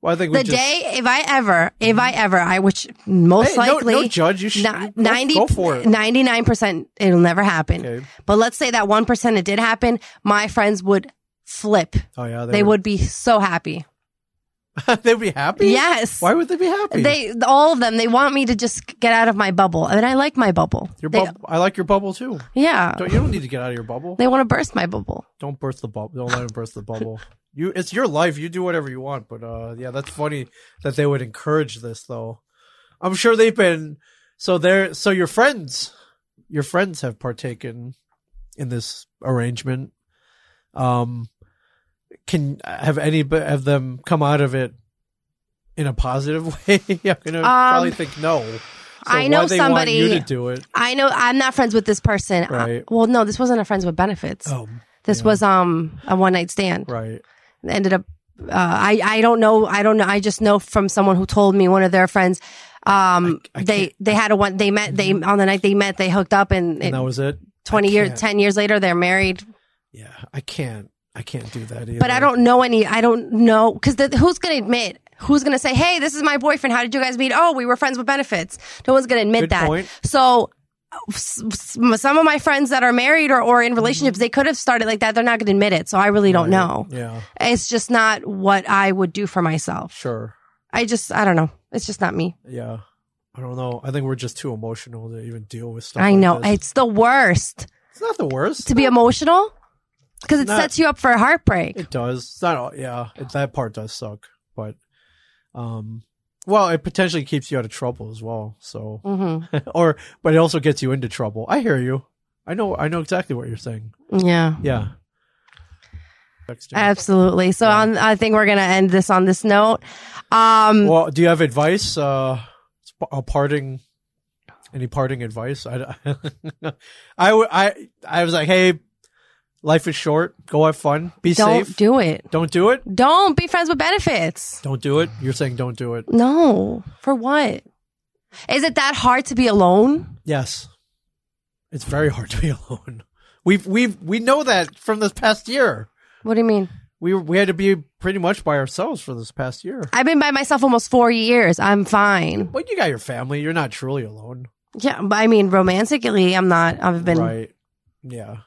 Speaker 6: Well, I think we
Speaker 5: the
Speaker 6: just, Mm-hmm.
Speaker 5: day if I ever, if I ever, I which most
Speaker 6: Hey, no-
Speaker 5: likely
Speaker 6: no judge, you should-
Speaker 5: na-
Speaker 6: go- go for it.
Speaker 5: 99 percent it'll never happen.
Speaker 6: Okay.
Speaker 5: But let's say that one percent it did happen, my friends would flip.
Speaker 6: Oh yeah,
Speaker 5: They, would be so happy.
Speaker 6: *laughs* they'd be happy.
Speaker 5: Yes.
Speaker 6: Why would they be happy?
Speaker 5: They all of them they want me to just get out of my bubble, and I like my bubble.
Speaker 6: your
Speaker 5: They-
Speaker 6: bubble. I like your bubble too.
Speaker 5: yeah,
Speaker 6: Don't, you don't need to get out of your bubble.
Speaker 5: they want to burst my bubble.
Speaker 6: Don't burst the bubble. Don't let them burst the bubble. You, it's your life. You do whatever you want. But uh, yeah, that's funny that they would encourage this though. I'm sure they've been so they're so your friends, your friends have partaken in this arrangement. Um, can have any have them come out of it in a positive *laughs* way? I'm gonna probably think no. So
Speaker 5: Um, I know
Speaker 6: why they want
Speaker 5: somebody-
Speaker 6: you to do it.
Speaker 5: I know I'm not friends with this person. I-
Speaker 6: Right.
Speaker 5: well, no, this wasn't a friends with benefits.
Speaker 6: Oh,
Speaker 5: this was um a one night stand.
Speaker 6: right.
Speaker 5: ended up uh, I I don't know I don't know I just know from someone who told me one of their friends um they they had a one they met they on the night they met they hooked up and, it-
Speaker 6: Mm-hmm. And that was it.
Speaker 5: 20
Speaker 6: I
Speaker 5: years
Speaker 6: can't.
Speaker 5: 10 years later they're married
Speaker 6: Yeah, I can't. I can't do that either.
Speaker 5: but I don't know any I don't know cuz who's going to admit who's going to say hey this is my boyfriend how did you guys meet oh we were friends with benefits no one's going to admit
Speaker 6: Good
Speaker 5: that
Speaker 6: point.
Speaker 5: so s- s- some of my friends that are married or, or in relationships they could have started like that they're not going to admit it so I really don't know
Speaker 6: Yeah,
Speaker 5: it's just not what I would do for myself
Speaker 6: sure.
Speaker 5: I just, I don't know. It's just not me.
Speaker 6: Yeah, I don't know. I think we're just too emotional to even deal with stuff.
Speaker 5: I
Speaker 6: like
Speaker 5: know.
Speaker 6: this.
Speaker 5: It's the worst
Speaker 6: it's not the worst.
Speaker 5: to be emotional because it
Speaker 6: Not-
Speaker 5: sets you up for heartbreak.
Speaker 6: It does. It's not. All, yeah, it, that part does suck. But, um, well, it potentially keeps you out of trouble as well. So,
Speaker 5: Mm-hmm.
Speaker 6: *laughs* or but it also gets you into trouble. I hear you. I know. I know exactly what you're saying.
Speaker 5: yeah.
Speaker 6: Yeah. Texting.
Speaker 5: Absolutely. So on, I think we're going to end this on this note. Um,
Speaker 6: Well, do you have advice? Uh, sp- a parting, any parting advice? I, *laughs* I, w- I- I was like, hey, life is short. Go have fun. Be
Speaker 5: don't
Speaker 6: safe.
Speaker 5: do it.
Speaker 6: don't do it.
Speaker 5: Don't be friends with benefits.
Speaker 6: Don't do it. You're saying don't do it.
Speaker 5: No. For what? Is it that hard to be alone?
Speaker 6: Yes, it's very hard *laughs* to be alone. We've we've we know that from this past year.
Speaker 5: What do you mean?
Speaker 6: We were- we had to be pretty much by ourselves for this past year.
Speaker 5: I've been by myself almost four years. I'm fine.
Speaker 6: But you got your family. You're not truly alone,
Speaker 5: Yeah. but I mean, romantically, I'm not. I've been
Speaker 6: right? Yeah.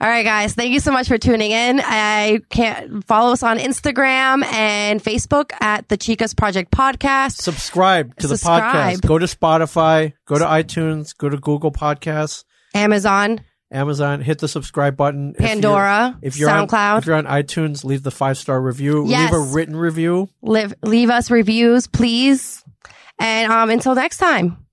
Speaker 5: All right, guys. Thank you so much for tuning in. I can't follow us on Instagram and Facebook at the Chicas Project Podcast.
Speaker 6: Subscribe to the
Speaker 5: Subscribe.
Speaker 6: podcast. Go to Spotify, go to iTunes, go to Google Podcasts,
Speaker 5: Amazon.
Speaker 6: Amazon, hit the subscribe button. If you're-
Speaker 5: Pandora,
Speaker 6: On,
Speaker 5: SoundCloud.
Speaker 6: if you're on iTunes, leave the five star review.
Speaker 5: Yes.
Speaker 6: Leave a written review.
Speaker 5: Live, leave us reviews, please. And um, until next time.